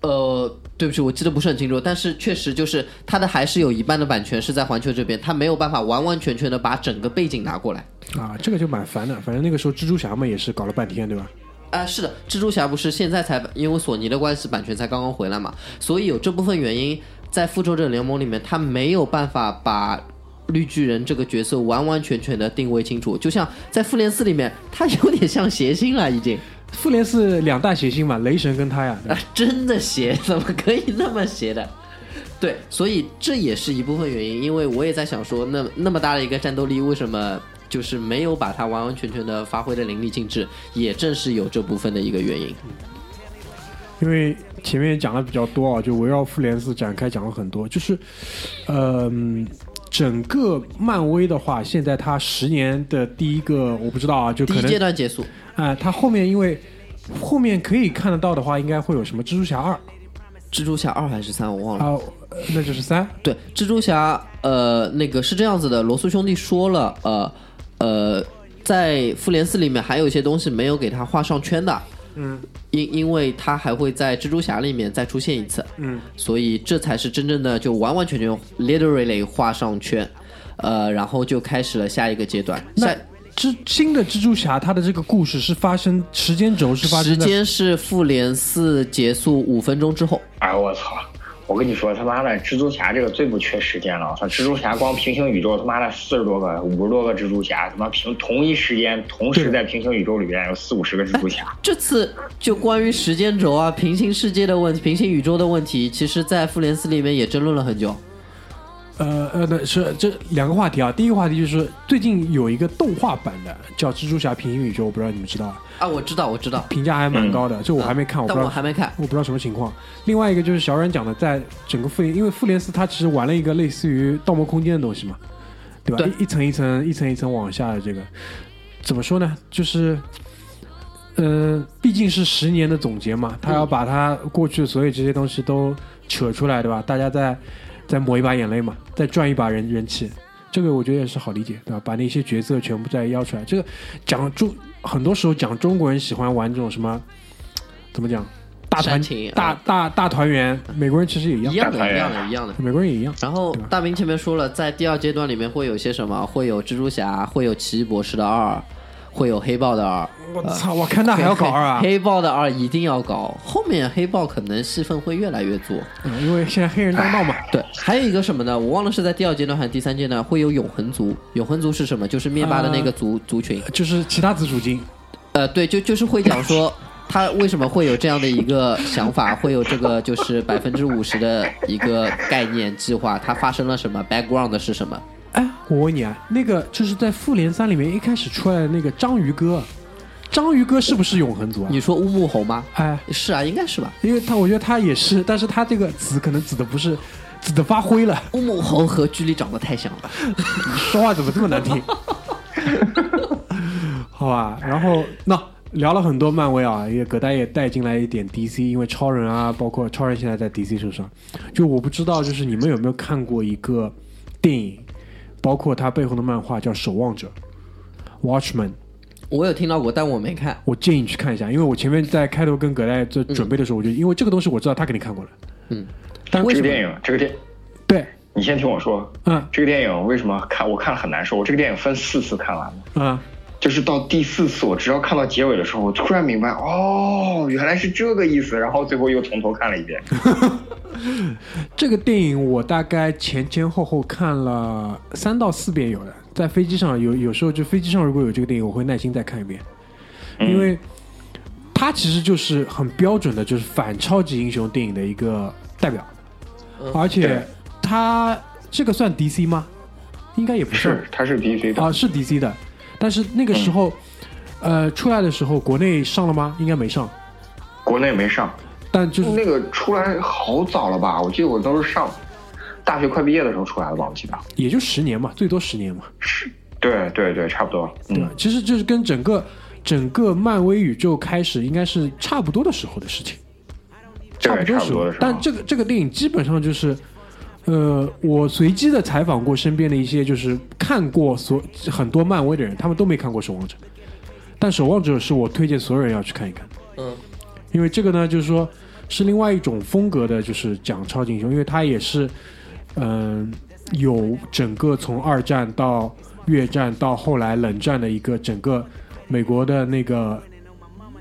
[SPEAKER 3] 呃对不起，我记得不是很清楚，但是确实就是它的还是有一半的版权是在环球这边，它没有办法完完全全的把整个背景拿过来。
[SPEAKER 2] 啊，这个就蛮烦的。反正那个时候蜘蛛侠嘛也是搞了半天，对吧？
[SPEAKER 3] 啊，是的，蜘蛛侠不是现在才因为索尼的关系版权才刚刚回来嘛，所以有这部分原因，在复仇者联盟里面，他没有办法把绿巨人这个角色完完全全的定位清楚，就像在复联四里面，他有点像谐星了已经。
[SPEAKER 2] 复联是两大谐星嘛，雷神跟他呀，对
[SPEAKER 3] 啊
[SPEAKER 2] 吧，
[SPEAKER 3] 真的邪，怎么可以那么邪的？对，所以这也是一部分原因，因为我也在想说，那那么大的一个战斗力，为什么就是没有把它完完全全的发挥的淋漓尽致？也正是有这部分的一个原因。
[SPEAKER 2] 因为前面讲的比较多啊，就围绕复联四展开讲了很多，就是，嗯、整个漫威的话，现在它十年的第一个，我不知道啊，就
[SPEAKER 3] 第
[SPEAKER 2] 可
[SPEAKER 3] 一阶
[SPEAKER 2] 能
[SPEAKER 3] 段结束，
[SPEAKER 2] 啊、它后面因为后面可以看得到的话，应该会有什么蜘蛛侠二
[SPEAKER 3] 蜘蛛侠二还是三我忘了。
[SPEAKER 2] 啊、呃那就是三，
[SPEAKER 3] 对，蜘蛛侠，呃，那个是这样子的，罗素兄弟说了，呃，呃，在复联四里面还有一些东西没有给他画上圈的，
[SPEAKER 2] 嗯
[SPEAKER 3] 因因为他还会在蜘蛛侠里面再出现一次，
[SPEAKER 2] 嗯，
[SPEAKER 3] 所以这才是真正的就完完全全 literally 画上圈，呃，然后就开始了下一个阶段。
[SPEAKER 2] 那
[SPEAKER 3] 下
[SPEAKER 2] 蜘新的蜘蛛侠，它的这个故事是发生时间轴是发
[SPEAKER 3] 时
[SPEAKER 2] 生在
[SPEAKER 3] 间是复联四结束五分钟之后，
[SPEAKER 6] 哎我操！我跟你说，他妈的，蜘蛛侠这个最不缺时间了。我操，蜘蛛侠光平行宇宙，他妈的四十多个、五十多个蜘蛛侠，他妈平同一时间同时在平行宇宙里面有四五十个蜘蛛侠。
[SPEAKER 3] 这次就关于时间轴啊、平行世界的问题、平行宇宙的问题，其实在复联四里面也争论了很久。
[SPEAKER 2] 呃呃，那是这两个话题啊。第一个话题就是最近有一个动画版的叫《蜘蛛侠平行宇宙》，我不知道你们知道啊，
[SPEAKER 3] 啊，我知道，我知道，
[SPEAKER 2] 评价还蛮高的。这我还没看，我不
[SPEAKER 3] 啊但
[SPEAKER 2] 知道，
[SPEAKER 3] 我还没看。
[SPEAKER 2] 我不知道什么情况。另外一个就是小冉讲的，在整个复联，因为复联四它其实玩了一个类似于《盗梦空间》的东西嘛，对吧？
[SPEAKER 3] 对
[SPEAKER 2] 一一层一层一层一层往下的这个，怎么说呢？就是，呃，毕竟是十年的总结嘛，
[SPEAKER 3] 嗯
[SPEAKER 2] 他要把他过去的所有这些东西都扯出来，对吧？大家再再抹一把眼泪嘛，再赚一把人人气。这个我觉得也是好理解，对吧？把那些角色全部再邀出来，这个讲中很多时候讲中国人喜欢玩这种什么，怎么讲？大团
[SPEAKER 3] 煽情
[SPEAKER 2] 大
[SPEAKER 3] 啊
[SPEAKER 2] 大大团圆，美国人其实也一样
[SPEAKER 3] 一，样的，
[SPEAKER 6] 大团
[SPEAKER 3] 一
[SPEAKER 6] 圆
[SPEAKER 3] 样的，一样的。
[SPEAKER 2] 美国人也一样。
[SPEAKER 3] 然后大明前面说了，在第二阶段里面会有些什么？会有蜘蛛侠，会有奇异博士的二，会有黑豹的二。
[SPEAKER 2] 我操，我看他还要搞二啊！
[SPEAKER 3] 黑豹的二一定要搞，后面黑豹可能戏份会越来越多。
[SPEAKER 2] 嗯因为现在黑人当道嘛，
[SPEAKER 3] 对，还有一个什么呢？我忘了是在第二阶段还是第三阶段，会有永恒族。永恒族是什么？就是灭霸的那个族、族群。
[SPEAKER 2] 就是其他紫薯精，
[SPEAKER 3] 呃，对，就就是会讲 说他为什么会有这样的一个想法，会有这个就是百分之五十的一个概念计划，它发生了什么，background 是什么？
[SPEAKER 2] 哎，我问你啊，那个就是在复联三里面一开始出来的那个章鱼哥，章鱼哥是不是永恒族啊？
[SPEAKER 3] 你说乌木猴吗？
[SPEAKER 2] 哎，
[SPEAKER 3] 是啊，应该是吧。
[SPEAKER 2] 因为他我觉得他也是，但是他这个紫可能紫的不是紫的发灰了，
[SPEAKER 3] 乌木猴和居里长得太像了。
[SPEAKER 2] 说话怎么这么难听？好吧，然后那聊了很多漫威啊，也葛大也带进来一点 DC，因为超人啊，包括超人现在在 DC 手上。就我不知道，就是你们有没有看过一个电影，包括它背后的漫画叫《守望者》（Watchman）。
[SPEAKER 3] 我有听到过，但我没看。
[SPEAKER 2] 我建议你去看一下，因为我前面在开头跟葛大做准备的时候，我就因为这个东西我知道他肯定看过了。
[SPEAKER 3] 嗯为什
[SPEAKER 6] 这
[SPEAKER 3] 么？
[SPEAKER 6] 个电影，这个电，
[SPEAKER 2] 对，
[SPEAKER 6] 你先听我说，
[SPEAKER 2] 嗯
[SPEAKER 6] 这个电影为什么看我看了很难受？我这个电影分四次看完的。
[SPEAKER 2] 啊、
[SPEAKER 6] 就是到第四次，我只要看到结尾的时候，我突然明白，哦，原来是这个意思。然后最后又从头看了一遍。
[SPEAKER 2] 这个电影我大概前前后后看了三到四遍有的，在飞机上有有时候就飞机上如果有这个电影，我会耐心再看一遍，
[SPEAKER 6] 嗯
[SPEAKER 2] 因为它其实就是很标准的，就是反超级英雄电影的一个代表，而且
[SPEAKER 6] 对
[SPEAKER 2] 它这个算 DC 吗？应该也不算
[SPEAKER 6] 是，它是 DC 的，
[SPEAKER 2] 啊，是 DC 的，但是那个时候，
[SPEAKER 6] 嗯
[SPEAKER 2] 呃，出来的时候国内上了吗？应该没上，
[SPEAKER 6] 国内没上。
[SPEAKER 2] 但就是
[SPEAKER 6] 那个出来好早了吧？我记得我当时上大学快毕业的时候出来的吧，我记得。
[SPEAKER 2] 也就十年嘛，最多十年嘛。
[SPEAKER 6] 对对对，差不多。
[SPEAKER 2] 对吧？
[SPEAKER 6] 嗯，
[SPEAKER 2] 其实就是跟整个整个漫威宇宙开始应该是差不多的时候的事情，差不
[SPEAKER 6] 对，
[SPEAKER 2] 多
[SPEAKER 6] 差
[SPEAKER 2] 时
[SPEAKER 6] 不
[SPEAKER 2] 候
[SPEAKER 6] 多的时候。。
[SPEAKER 2] 但这个这个电影基本上就是，呃，我随机的采访过身边的一些就是看过所很多漫威的人，他们都没看过《守望者》，但《守望者》是我推荐所有人要去看一看。
[SPEAKER 3] 嗯，
[SPEAKER 2] 因为这个呢，就是说是另外一种风格的，就是讲超级英雄，因为它也是，嗯、有整个从二战到越战到后来冷战的一个整个美国的那个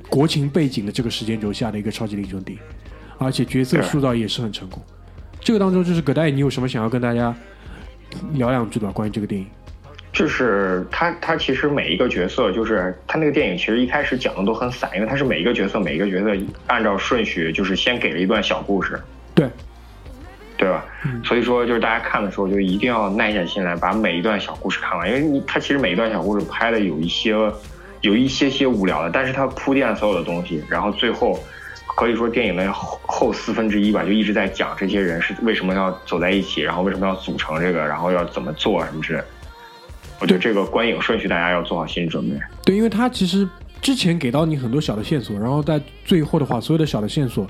[SPEAKER 2] 国情背景的这个时间轴下的一个超级英雄电影，而且角色
[SPEAKER 6] 对
[SPEAKER 2] 塑造也是很成功。这个当中，就是葛大爷，你有什么想要跟大家聊两句吧？关于这个电影，
[SPEAKER 6] 就是他，他其实每一个角色，就是他那个电影，其实一开始讲的都很散，因为他是每一个角色，每一个角色按照顺序，就是先给了一段小故事，
[SPEAKER 2] 对，
[SPEAKER 6] 对吧？所以说，就是大家看的时候，就一定要耐下心来，把每一段小故事看完，因为你他其实每一段小故事拍的有一些，有一些些无聊的，但是他铺垫了所有的东西，然后最后可以说电影的后后四分之一吧，就一直在讲这些人是为什么要走在一起，然后为什么要组成这个，然后要怎么做什么之类的。我觉得这个观影顺序大家要做好心理准备。
[SPEAKER 2] 对，因为他其实之前给到你很多小的线索，然后在最后的话，所有的小的线索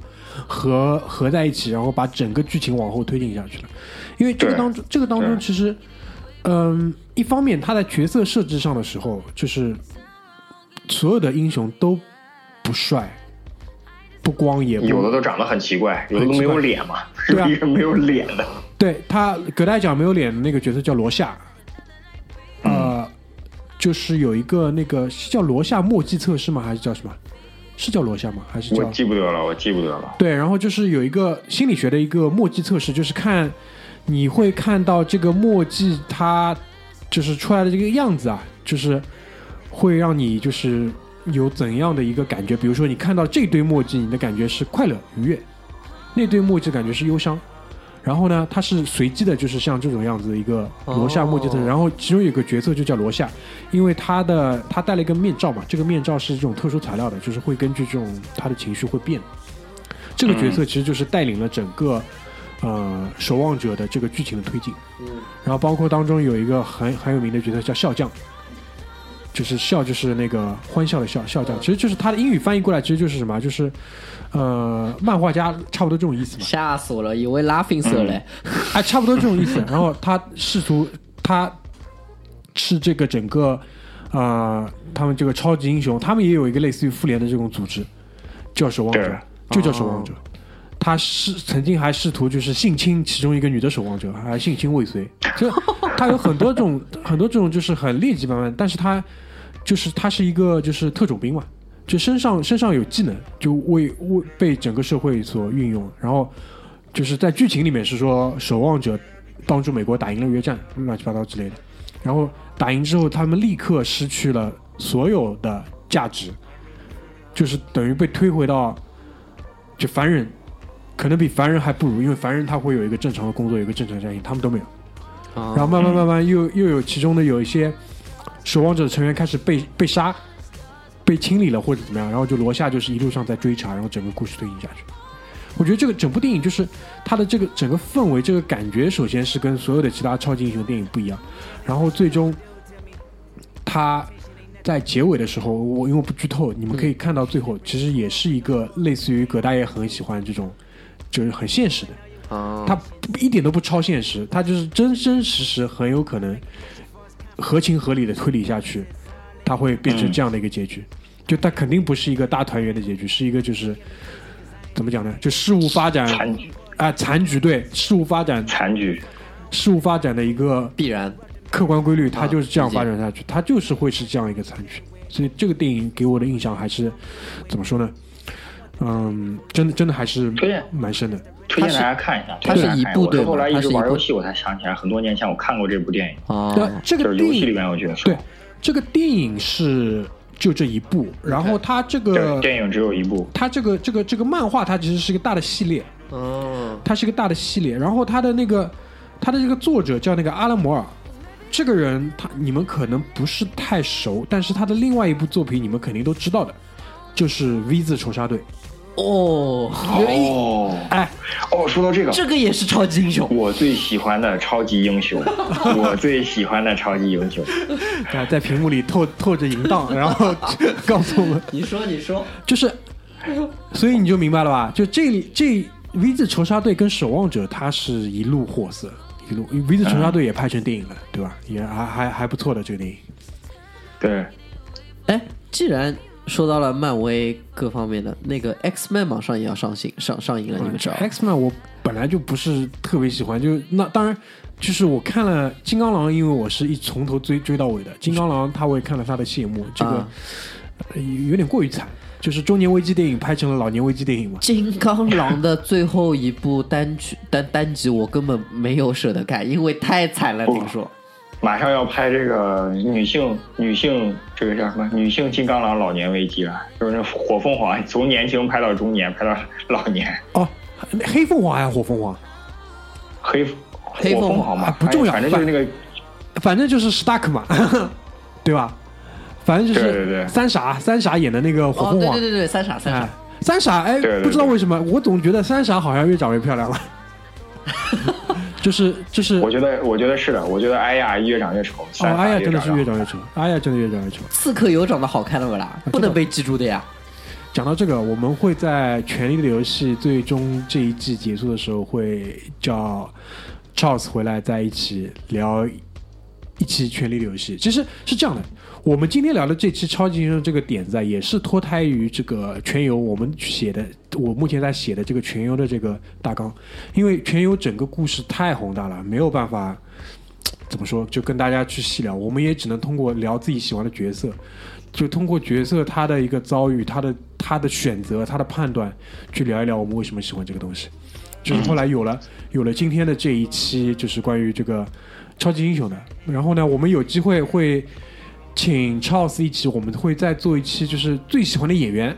[SPEAKER 2] 合合在一起，然后把整个剧情往后推进下去了。因为这个
[SPEAKER 6] 对
[SPEAKER 2] 当中，这个当中
[SPEAKER 6] 对
[SPEAKER 2] 其实，嗯，一方面他在角色设置上的时候，就是所有的英雄都不帅，不光也不
[SPEAKER 6] 有的都长得很奇怪，有的都没有脸嘛，
[SPEAKER 2] 奇怪
[SPEAKER 6] 有一个 没有脸的，
[SPEAKER 2] 对他，葛大奖没有脸的那个角色叫罗夏，呃，就是有一个那个是叫罗夏墨迹测试吗？还是叫什么？是叫罗夏吗？还是
[SPEAKER 6] 我
[SPEAKER 2] 叫
[SPEAKER 6] 记不得了，我记不得了。
[SPEAKER 2] 对？然后就是有一个心理学的一个墨迹测试，就是看你会看到这个墨迹它就是出来的这个样子啊，就是会让你就是有怎样的一个感觉？比如说你看到这堆墨迹，你的感觉是快乐愉悦，那堆墨迹感觉是忧伤。然后呢，它是随机的，就是像这种样子的一个罗夏墨迹特。
[SPEAKER 3] 哦
[SPEAKER 2] 然后其中有个角色就叫罗夏，因为他的他戴了一个面罩嘛，这个面罩是这种特殊材料的，就是会根据这种他的情绪会变。这个角色其实就是带领了整个、呃守望者的这个剧情的推进。然后包括当中有一个很很有名的角色叫笑匠，就是笑就是那个欢笑的笑笑匠，其实就是他的英语翻译过来其实就是什么，就是呃漫画家差不多这种意思嘛，
[SPEAKER 3] 吓死我了，以为拉菲色嘞。
[SPEAKER 2] 哎，差不多这种意思。然后他试图他是这个整个啊、呃他们这个超级英雄，他们也有一个类似于复联的这种组织，叫守望者就
[SPEAKER 6] 对，
[SPEAKER 2] 叫守望者。他是曾经还试图就是性侵其中一个女的守望者，还性侵未遂，就他有很多这种很多这种就是很劣迹斑斑，但是他就是他是一个就是特种兵嘛，就身上身上有技能，就为为被整个社会所运用。然后就是在剧情里面是说守望者帮助美国打赢了越战，乱七八糟之类的。然后打赢之后，他们立刻失去了所有的价值，就是等于被推回到就凡人，可能比凡人还不如，因为凡人他会有一个正常的工作，有一个正常的家庭，他们都没有。
[SPEAKER 3] 然
[SPEAKER 2] 然后慢慢慢慢又又有其中的有一些守望者的成员开始被被杀、被清理了或者怎么样，然后就罗夏就是一路上在追查，然后整个故事推进下去。我觉得这个整部电影就是它的这个整个氛围、这个感觉，首先是跟所有的其他超级英雄电影不一样，然后最终它在结尾的时候，我因为我不剧透，你们可以看到最后，其实也是一个类似于葛大爷很喜欢这种，就是很现实的，
[SPEAKER 3] 啊，
[SPEAKER 2] 它不一点都不超现实，它就是真真实实，很有可能合情合理的推理下去，它会变成这样的一个结局。就它肯定不是一个大团圆的结局，是一个就是怎么讲呢？就事物发展
[SPEAKER 6] 残局，
[SPEAKER 2] 啊、残局对事物发展
[SPEAKER 6] 残局，
[SPEAKER 2] 事物发展的一个
[SPEAKER 3] 必然
[SPEAKER 2] 客观规律，它
[SPEAKER 6] 嗯
[SPEAKER 2] 就是这样发展下去，它就是会是这样一个残局。所以这个电影给我的印象还是怎么说呢？嗯，真的真的还是
[SPEAKER 6] 推荐
[SPEAKER 2] 蛮深的。
[SPEAKER 6] 推荐大家看一下。
[SPEAKER 3] 它是
[SPEAKER 6] 推荐大家看
[SPEAKER 3] 一部
[SPEAKER 6] 我
[SPEAKER 3] 对吧
[SPEAKER 6] 是后来一
[SPEAKER 3] 它
[SPEAKER 6] 直
[SPEAKER 3] 是一
[SPEAKER 6] 玩
[SPEAKER 3] 部
[SPEAKER 6] 游戏，我才想起来，很多年前我看过这部电影，
[SPEAKER 3] 啊，
[SPEAKER 2] 那这
[SPEAKER 6] 哦就
[SPEAKER 2] 个
[SPEAKER 6] 是
[SPEAKER 2] 电
[SPEAKER 6] 游戏
[SPEAKER 2] 影
[SPEAKER 6] 里面有角色。
[SPEAKER 2] 对，这个电影是就这一部，然后它这
[SPEAKER 3] 呃
[SPEAKER 6] 对，
[SPEAKER 2] 个
[SPEAKER 6] 电影只有一部。
[SPEAKER 2] 它这个这个这个漫画，它其实是一个大的系列，
[SPEAKER 3] 嗯，
[SPEAKER 2] 它是一个大的系列。然后它的那个它的这个作者叫那个阿拉摩尔，这个人他你们可能不是太熟，但是他的另外一部作品你们肯定都知道的，就是《V 字仇杀队》。
[SPEAKER 3] 哦，
[SPEAKER 6] 哦
[SPEAKER 2] 哎，
[SPEAKER 6] 哦，说到这个，
[SPEAKER 3] 这个也是超级英雄，
[SPEAKER 6] 我最喜欢的超级 英雄，我最喜欢的超级英雄，
[SPEAKER 2] 啊，在屏幕里透透着淫荡，然后 告诉我们
[SPEAKER 3] 你说你说，
[SPEAKER 2] 就是，所以你就明白了吧？就这这 V 字仇杀队跟守望者，它是一路货色，一路 V 字仇杀队也拍成电影了，对吧？也还还还不错的这个电影。
[SPEAKER 6] 对，
[SPEAKER 3] 哎，既然说到了漫威各方面的那个 X Man 马上也要上映上上映了，你们知道吗？
[SPEAKER 2] X Man 我本来就不是特别喜欢，就那当然就是我看了金刚狼，因为我是一从头追追到尾的。金刚狼他我也看了他的谢幕，这个、
[SPEAKER 3] 啊
[SPEAKER 2] 呃有有点过于惨，就是中年危机电影拍成了老年危机电影嘛。
[SPEAKER 3] 金刚狼的最后一部单曲单单集，我根本没有舍得看，因为太惨了。
[SPEAKER 2] 哦
[SPEAKER 6] 哇
[SPEAKER 3] 听说
[SPEAKER 6] 马上要拍这个女性女性这个叫什么女性金刚狼老年危机了，就是那火凤凰从年轻拍到中年，拍到老年，
[SPEAKER 2] 哦，黑凤凰还是火凤凰？
[SPEAKER 6] 黑
[SPEAKER 3] 黑
[SPEAKER 6] 火
[SPEAKER 3] 凤凰
[SPEAKER 6] 凤凰嘛哎
[SPEAKER 2] 啊，不重要
[SPEAKER 6] 反正就是那个
[SPEAKER 2] 反正就是 Stark 嘛， 对吧？反正就
[SPEAKER 6] 对对
[SPEAKER 2] 是
[SPEAKER 6] 对
[SPEAKER 2] 三傻三傻演的那个火
[SPEAKER 3] 哦，
[SPEAKER 2] 凤
[SPEAKER 3] 对
[SPEAKER 2] 凰，
[SPEAKER 3] 对对对，三傻三傻
[SPEAKER 2] 哎，，三傻哎，
[SPEAKER 6] 对对对
[SPEAKER 2] 不知道为什么，我总觉得三傻好像越长越漂 亮了，就是就是，
[SPEAKER 6] 我
[SPEAKER 2] 哦，
[SPEAKER 6] 觉得，我觉得是的，我觉得哎呀越长越丑，
[SPEAKER 3] 哦
[SPEAKER 6] 三傻
[SPEAKER 2] 哎呀，真的是越
[SPEAKER 6] 丑。
[SPEAKER 2] 长越丑，哎呀，真的越长越丑。
[SPEAKER 3] 刺客有长得好看了不
[SPEAKER 2] 啊
[SPEAKER 3] 啦？不能被记住的呀。
[SPEAKER 2] 讲到这个，我们会在《权力的游戏》最终这一季结束的时候，会叫 Charles 回来在一起聊一期《权力的游戏》。其实是这样的，我们今天聊的这期《超级英雄》这个点子啊，也是脱胎于这个全游我们写的，我目前在写的这个全游的这个大纲，因为全游整个故事太宏大了，没有办法。怎么说，就跟大家去细聊，我们也只能通过聊自己喜欢的角色，就通过角色他的一个遭遇、他的他的选择、他的判断，去聊一聊我们为什么喜欢这个东西。就是后来有了有了今天的这一期，就是关于这个超级英雄的。然后呢，我们有机会会请 Charles 一起，我们会再做一期，就是最喜欢的演员。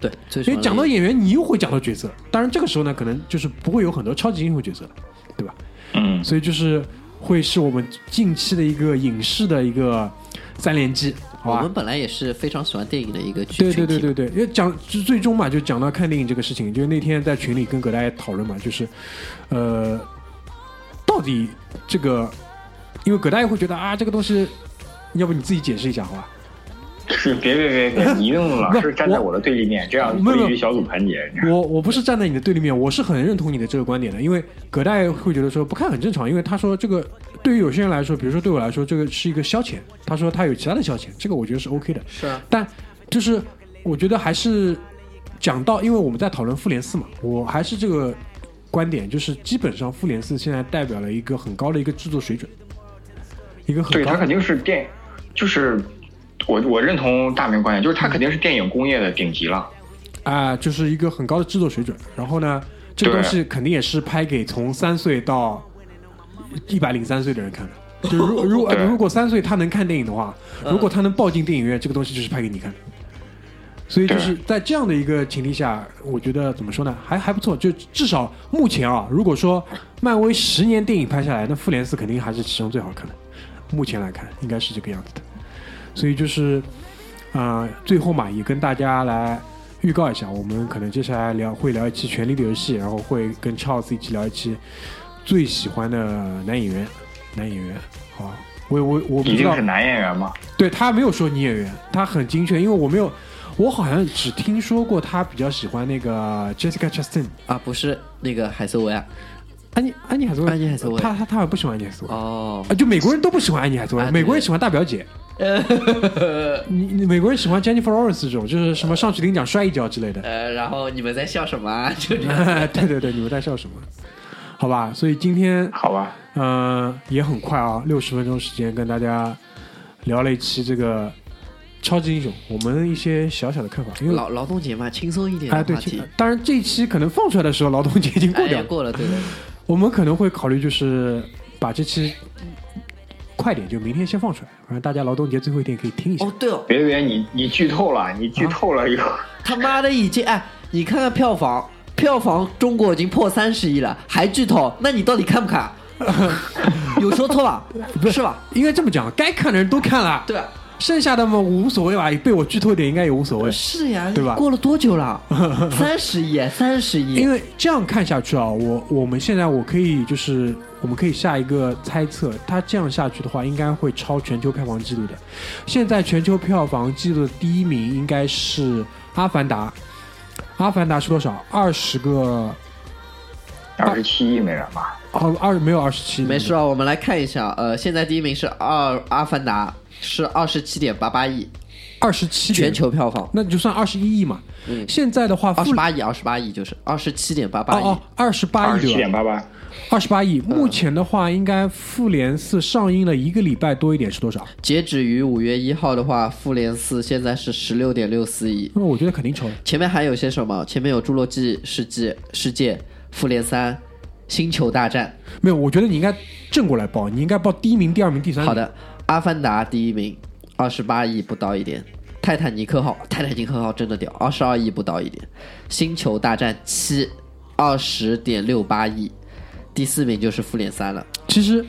[SPEAKER 3] 对，最
[SPEAKER 2] 所以
[SPEAKER 3] 爽的
[SPEAKER 2] 讲到
[SPEAKER 3] 一
[SPEAKER 2] 演员，你又会讲到角色。当然这个时候呢，可能就是不会有很多超级英雄角色了，对吧？
[SPEAKER 6] 嗯，
[SPEAKER 2] 所以就是会是我们近期的一个影视的一个三连击，好
[SPEAKER 3] 我
[SPEAKER 2] 吧
[SPEAKER 3] 们？本来也是非常喜欢电影的一个群
[SPEAKER 2] 对对对
[SPEAKER 3] 群体
[SPEAKER 2] 对对，因为讲就最终嘛，就讲到看电影这个事情，就那天在群里跟葛大爷讨论嘛，就是，呃，到底这个，因为葛大爷会觉得啊，这个东西，要不你自己解释一下好吧？
[SPEAKER 6] 是 别别别别，你一定老是站在我的对立面，这样不利于小组团结。
[SPEAKER 2] 我我不是站在你的对立面，我是很认同你的这个观点的，因为葛大爷会觉得说不看很正常，因为他说这个对于有些人来说，比如说对我来说，这个是一个消遣，他说他有其他的消遣，这个我觉得是 OK 的，
[SPEAKER 3] 是啊，
[SPEAKER 2] 但就是我觉得还是讲到，因为我们在讨论复联四嘛，我还是这个观点，就是基本上复联四现在代表了一个很高的一个制作水准，一个很
[SPEAKER 6] 对
[SPEAKER 2] 高
[SPEAKER 6] 他肯定是电，就是我我认同大明观点，就是他肯定是电影工业的顶级了。
[SPEAKER 2] 啊、就是一个很高的制作水准。然后呢，这个
[SPEAKER 6] 对
[SPEAKER 2] 东西肯定也是拍给从三岁到一百零三岁的人看的。就如如果
[SPEAKER 6] 对嗯
[SPEAKER 2] 如果三岁他能看电影的话，如果他能抱进电影院，这个东西就是拍给你看的。所以就是在这样的一个前提下，我觉得怎么说呢，还还不错。就至少目前啊，如果说漫威十年电影拍下来，那复联四肯定还是其中最好看的。目前来看，应该是这个样子的。所以就是，啊、最后嘛，也跟大家来预告一下，我们可能接下来聊会聊一期《权力的游戏》，然后会跟 Charles 一起聊一期最喜欢的男演员，男演员，好吧？我我我不
[SPEAKER 6] 一
[SPEAKER 2] 知
[SPEAKER 6] 定
[SPEAKER 2] 道
[SPEAKER 6] 是，男演员嘛？
[SPEAKER 2] 对他没有说女演员，他很精确，因为我没有，我好像只听说过他比较喜欢那个 Jessica Chastain，
[SPEAKER 3] 啊，不是那个海瑟薇啊，
[SPEAKER 2] 安妮安妮海瑟薇，
[SPEAKER 3] 安妮海瑟薇
[SPEAKER 2] 他他他好像不喜欢安妮海瑟薇。
[SPEAKER 3] 哦，
[SPEAKER 2] 啊，就美国人都不喜欢安妮海瑟薇，
[SPEAKER 3] 啊对
[SPEAKER 2] 美国人喜欢大表姐。你你美国人喜欢 Jennifer Lawrence 这种，就是什么上去领奖摔一跤之类的。
[SPEAKER 3] 呃，然后你们在笑什么、啊？就这样。
[SPEAKER 2] 对对对，你们在笑什么？好吧，所以今天
[SPEAKER 6] 好吧，
[SPEAKER 2] 呃也很快啊，六十分钟时间跟大家聊了一期这个超级英雄，我们一些小小的看法。因为
[SPEAKER 3] 劳劳动节嘛，轻松一点
[SPEAKER 2] 哎
[SPEAKER 3] 的
[SPEAKER 2] 对
[SPEAKER 3] 话，题。
[SPEAKER 2] 当然这一期可能放出来的时候，劳动节已经过
[SPEAKER 3] 哎
[SPEAKER 2] 掉
[SPEAKER 3] 呀，
[SPEAKER 2] 了，
[SPEAKER 3] 过了，对的，
[SPEAKER 2] 我们可能会考虑就是把这期快点，就明天先放出来，让大家劳动节最后一天可以听一下。
[SPEAKER 3] 哦，对哦，
[SPEAKER 6] 别别别，你你剧透了，你
[SPEAKER 2] 啊
[SPEAKER 6] 剧透了以后，
[SPEAKER 3] 他妈的已经哎，你看看票房，票房中国已经破三十亿了，还剧透，那你到底看不看？ 有说 错吧？不是吧？
[SPEAKER 2] 应该这么讲，该看的人都看了，
[SPEAKER 3] 对吧？
[SPEAKER 2] 剩下的嘛无所谓吧，被我剧透点应该也无所谓。
[SPEAKER 3] 是呀，
[SPEAKER 2] 对吧
[SPEAKER 3] 过了多 久了？三十亿，三十亿，
[SPEAKER 2] 因为这样看下去啊，我我们现在我可以就是我们可以下一个猜测，它这样下去的话，应该会超全球票房记录的。现在全球票房记录的第一名应该是《阿凡达》，《阿凡达》是多少？二十个
[SPEAKER 6] 二十七亿美元吧？
[SPEAKER 2] 哦，二没有二十七，
[SPEAKER 3] 没事啊，我们来看一下，呃，现在第一名是二《阿凡达》，是二十七点八八亿，
[SPEAKER 2] 二十七
[SPEAKER 3] 全球票房
[SPEAKER 2] 那你就算二十一亿嘛。现在的话，
[SPEAKER 3] 二
[SPEAKER 2] 复
[SPEAKER 3] 十八亿，二十八亿就是二十七点八八
[SPEAKER 2] 哦
[SPEAKER 3] 亿。
[SPEAKER 2] 哦，二十八
[SPEAKER 6] 二
[SPEAKER 2] 亿
[SPEAKER 6] 十七
[SPEAKER 2] 对
[SPEAKER 6] 点
[SPEAKER 2] 吧？
[SPEAKER 6] 八八，
[SPEAKER 2] 二十八亿。
[SPEAKER 3] 嗯
[SPEAKER 2] 目前的话，应该《复联四》上映了一个礼拜多一点是多少？
[SPEAKER 3] 截止于五月一号的话，《复联四》现在是十六点六四亿。
[SPEAKER 2] 那我觉得肯定超了。
[SPEAKER 3] 前面还有些什么？前面有《侏罗纪世界》、《世界》、《复联三》、《星球大战
[SPEAKER 2] 没有，我觉得你应该正过来报，你应该报第一名、第二名、第三》。名。
[SPEAKER 3] 好的，《阿凡达》第一名，二十八亿不到一点。《泰坦尼克号》，《泰坦尼克号》真的屌，二十二亿不到一点。《星球大战七》二十点六八亿，第四名就是《复联三》了。
[SPEAKER 2] 其实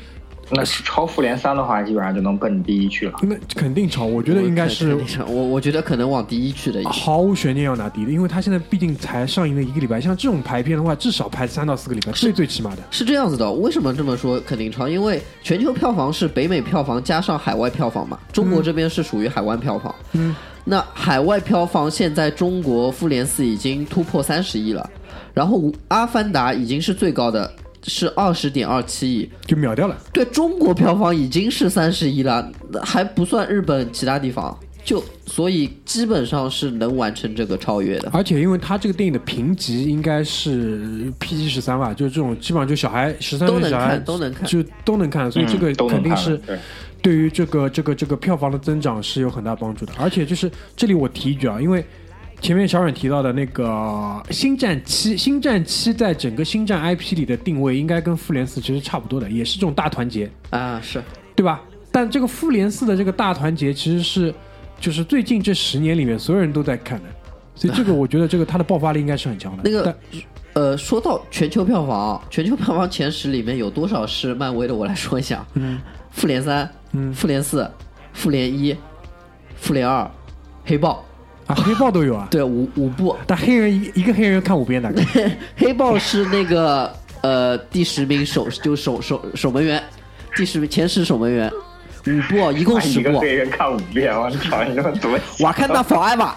[SPEAKER 6] 那是超复联三的话，基本上就能奔第一去了。
[SPEAKER 2] 那肯定超，我觉得应该是
[SPEAKER 3] 我看我我觉得可能往第一去的。
[SPEAKER 2] 毫无悬念要拿第一的，因为他现在毕竟才上映了一个礼拜，像这种排片的话，至少排三到四个礼拜，最最起码的。
[SPEAKER 3] 是这样子的，为什么这么说肯定超？因为全球票房是北美票房加上海外票房嘛，中国这边是属于海外票房。嗯，那海外票房现在中国《复联四》已经突破三十亿了，然后《阿凡达》已经是最高的，是二十点二七亿。
[SPEAKER 2] 就秒掉了。
[SPEAKER 3] 对中国票房已经是三十亿了，还不算日本其他地方，就所以基本上是能完成这个超越的。
[SPEAKER 2] 而且因为他这个电影的评级应该是 PG 十三吧，就是这种基本上就小孩十三
[SPEAKER 3] 都
[SPEAKER 2] 岁
[SPEAKER 3] 能
[SPEAKER 2] 小孩
[SPEAKER 3] 看都能看
[SPEAKER 2] 就都能看，所以这个
[SPEAKER 6] 嗯都能
[SPEAKER 2] 肯定
[SPEAKER 6] 看了
[SPEAKER 2] 是
[SPEAKER 6] 对
[SPEAKER 2] 对于这个这个这个票房的增长是有很大帮助的。而且就是这里我提一句啊，因为前面小冉提到的那个《星战七》，《星战七》在整个《星战》IP 里的定位应该跟《复联四》其实差不多的，也是这种大团结。
[SPEAKER 3] 啊，是
[SPEAKER 2] 对吧？但这个复联四的这个大团结其实是，就是最近这十年里面所有人都在看的，所以这个我觉得这个它的爆发力应该是很强的。
[SPEAKER 3] 那个
[SPEAKER 2] 但
[SPEAKER 3] 呃，说到全球票房啊，全球票房前十里面有多少是漫威的？我来说一下：嗯，复联三，嗯，复联四，复联一，复联二，黑豹，
[SPEAKER 2] 啊，黑豹都有啊，
[SPEAKER 3] 对，五五部，
[SPEAKER 2] 但黑人一一个黑人看五遍大概，
[SPEAKER 3] 黑豹是那个呃第十名守就守守守门员，第十名前十守门员，五部啊一共
[SPEAKER 6] 哎
[SPEAKER 3] 十
[SPEAKER 6] 一个
[SPEAKER 3] 部。
[SPEAKER 6] 黑人看五遍，我操，你他妈怎么？
[SPEAKER 3] 瓦坎达 forever，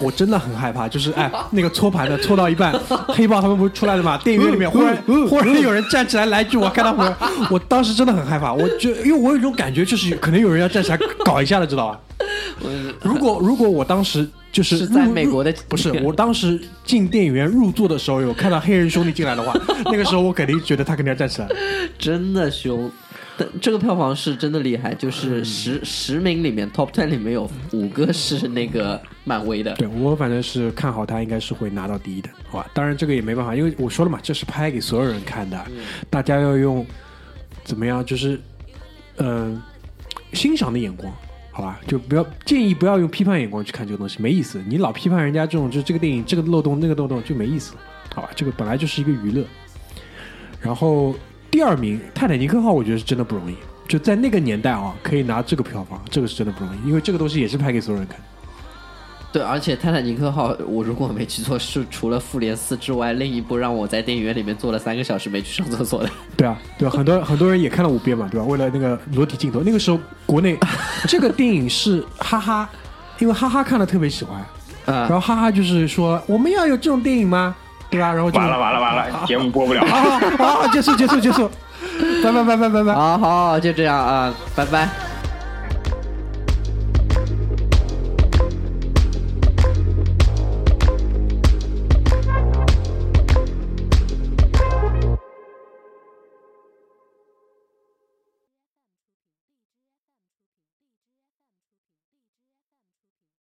[SPEAKER 2] 我真的很害怕，就是哎，那个搓盘的搓到一 半，黑豹他们不是出来了嘛？电影院
[SPEAKER 3] 嗯
[SPEAKER 2] 里面忽然忽然有人站起来来一句，我看到我，我当时真的很害怕，我就因为我有一种感觉，就是可能有人要站起来搞一下了，知道吧？如果如果我当时就是
[SPEAKER 3] 是在
[SPEAKER 2] 入
[SPEAKER 3] 美国的
[SPEAKER 2] 入不是我当时进电影院入座的时候有看到黑人兄弟进来的话， 那个时候我肯定觉得他肯定要站起来。
[SPEAKER 3] 真的凶。但这个票房是真的厉害，就是十十名里面 top ten 里面有五个是那个漫威的，
[SPEAKER 2] 对我反正是看好他应该是会拿到第一的，好吧？当然这个也没办法，因为我说了嘛，这是拍给所有人看的，大家要用怎么样，就是嗯、呃欣赏的眼光，好吧？就不要建议不要用批判眼光去看这个东西，没意思。你老批判人家这种，就这个电影这个漏洞那个漏洞就没意思，好吧？这个本来就是一个娱乐。然后第二名《泰坦尼克号》，我觉得是真的不容易。就在那个年代啊，可以拿这个票房，这个是真的不容易，因为这个东西也是拍给所有人看的。
[SPEAKER 3] 对，而且《泰坦尼克号》，我如果没记错，是除了《复联四》之外，另一部让我在电影院里面坐了三个小时没去上厕所的。
[SPEAKER 2] 对啊，对啊，很多很多人也看了五遍嘛，对吧？为了那个裸体镜头，那个时候国 内这个电影是哈哈，因为哈哈看了特别喜欢，
[SPEAKER 6] 嗯
[SPEAKER 2] 然
[SPEAKER 3] 啊，
[SPEAKER 2] 后哈哈就是说我们要有这种电影吗？对吧？然后就哦
[SPEAKER 6] 完了完了完了， 节目播不了。
[SPEAKER 2] 啊啊！结束结束结束，拜拜拜拜拜拜。
[SPEAKER 3] 好好，就这样啊，拜拜。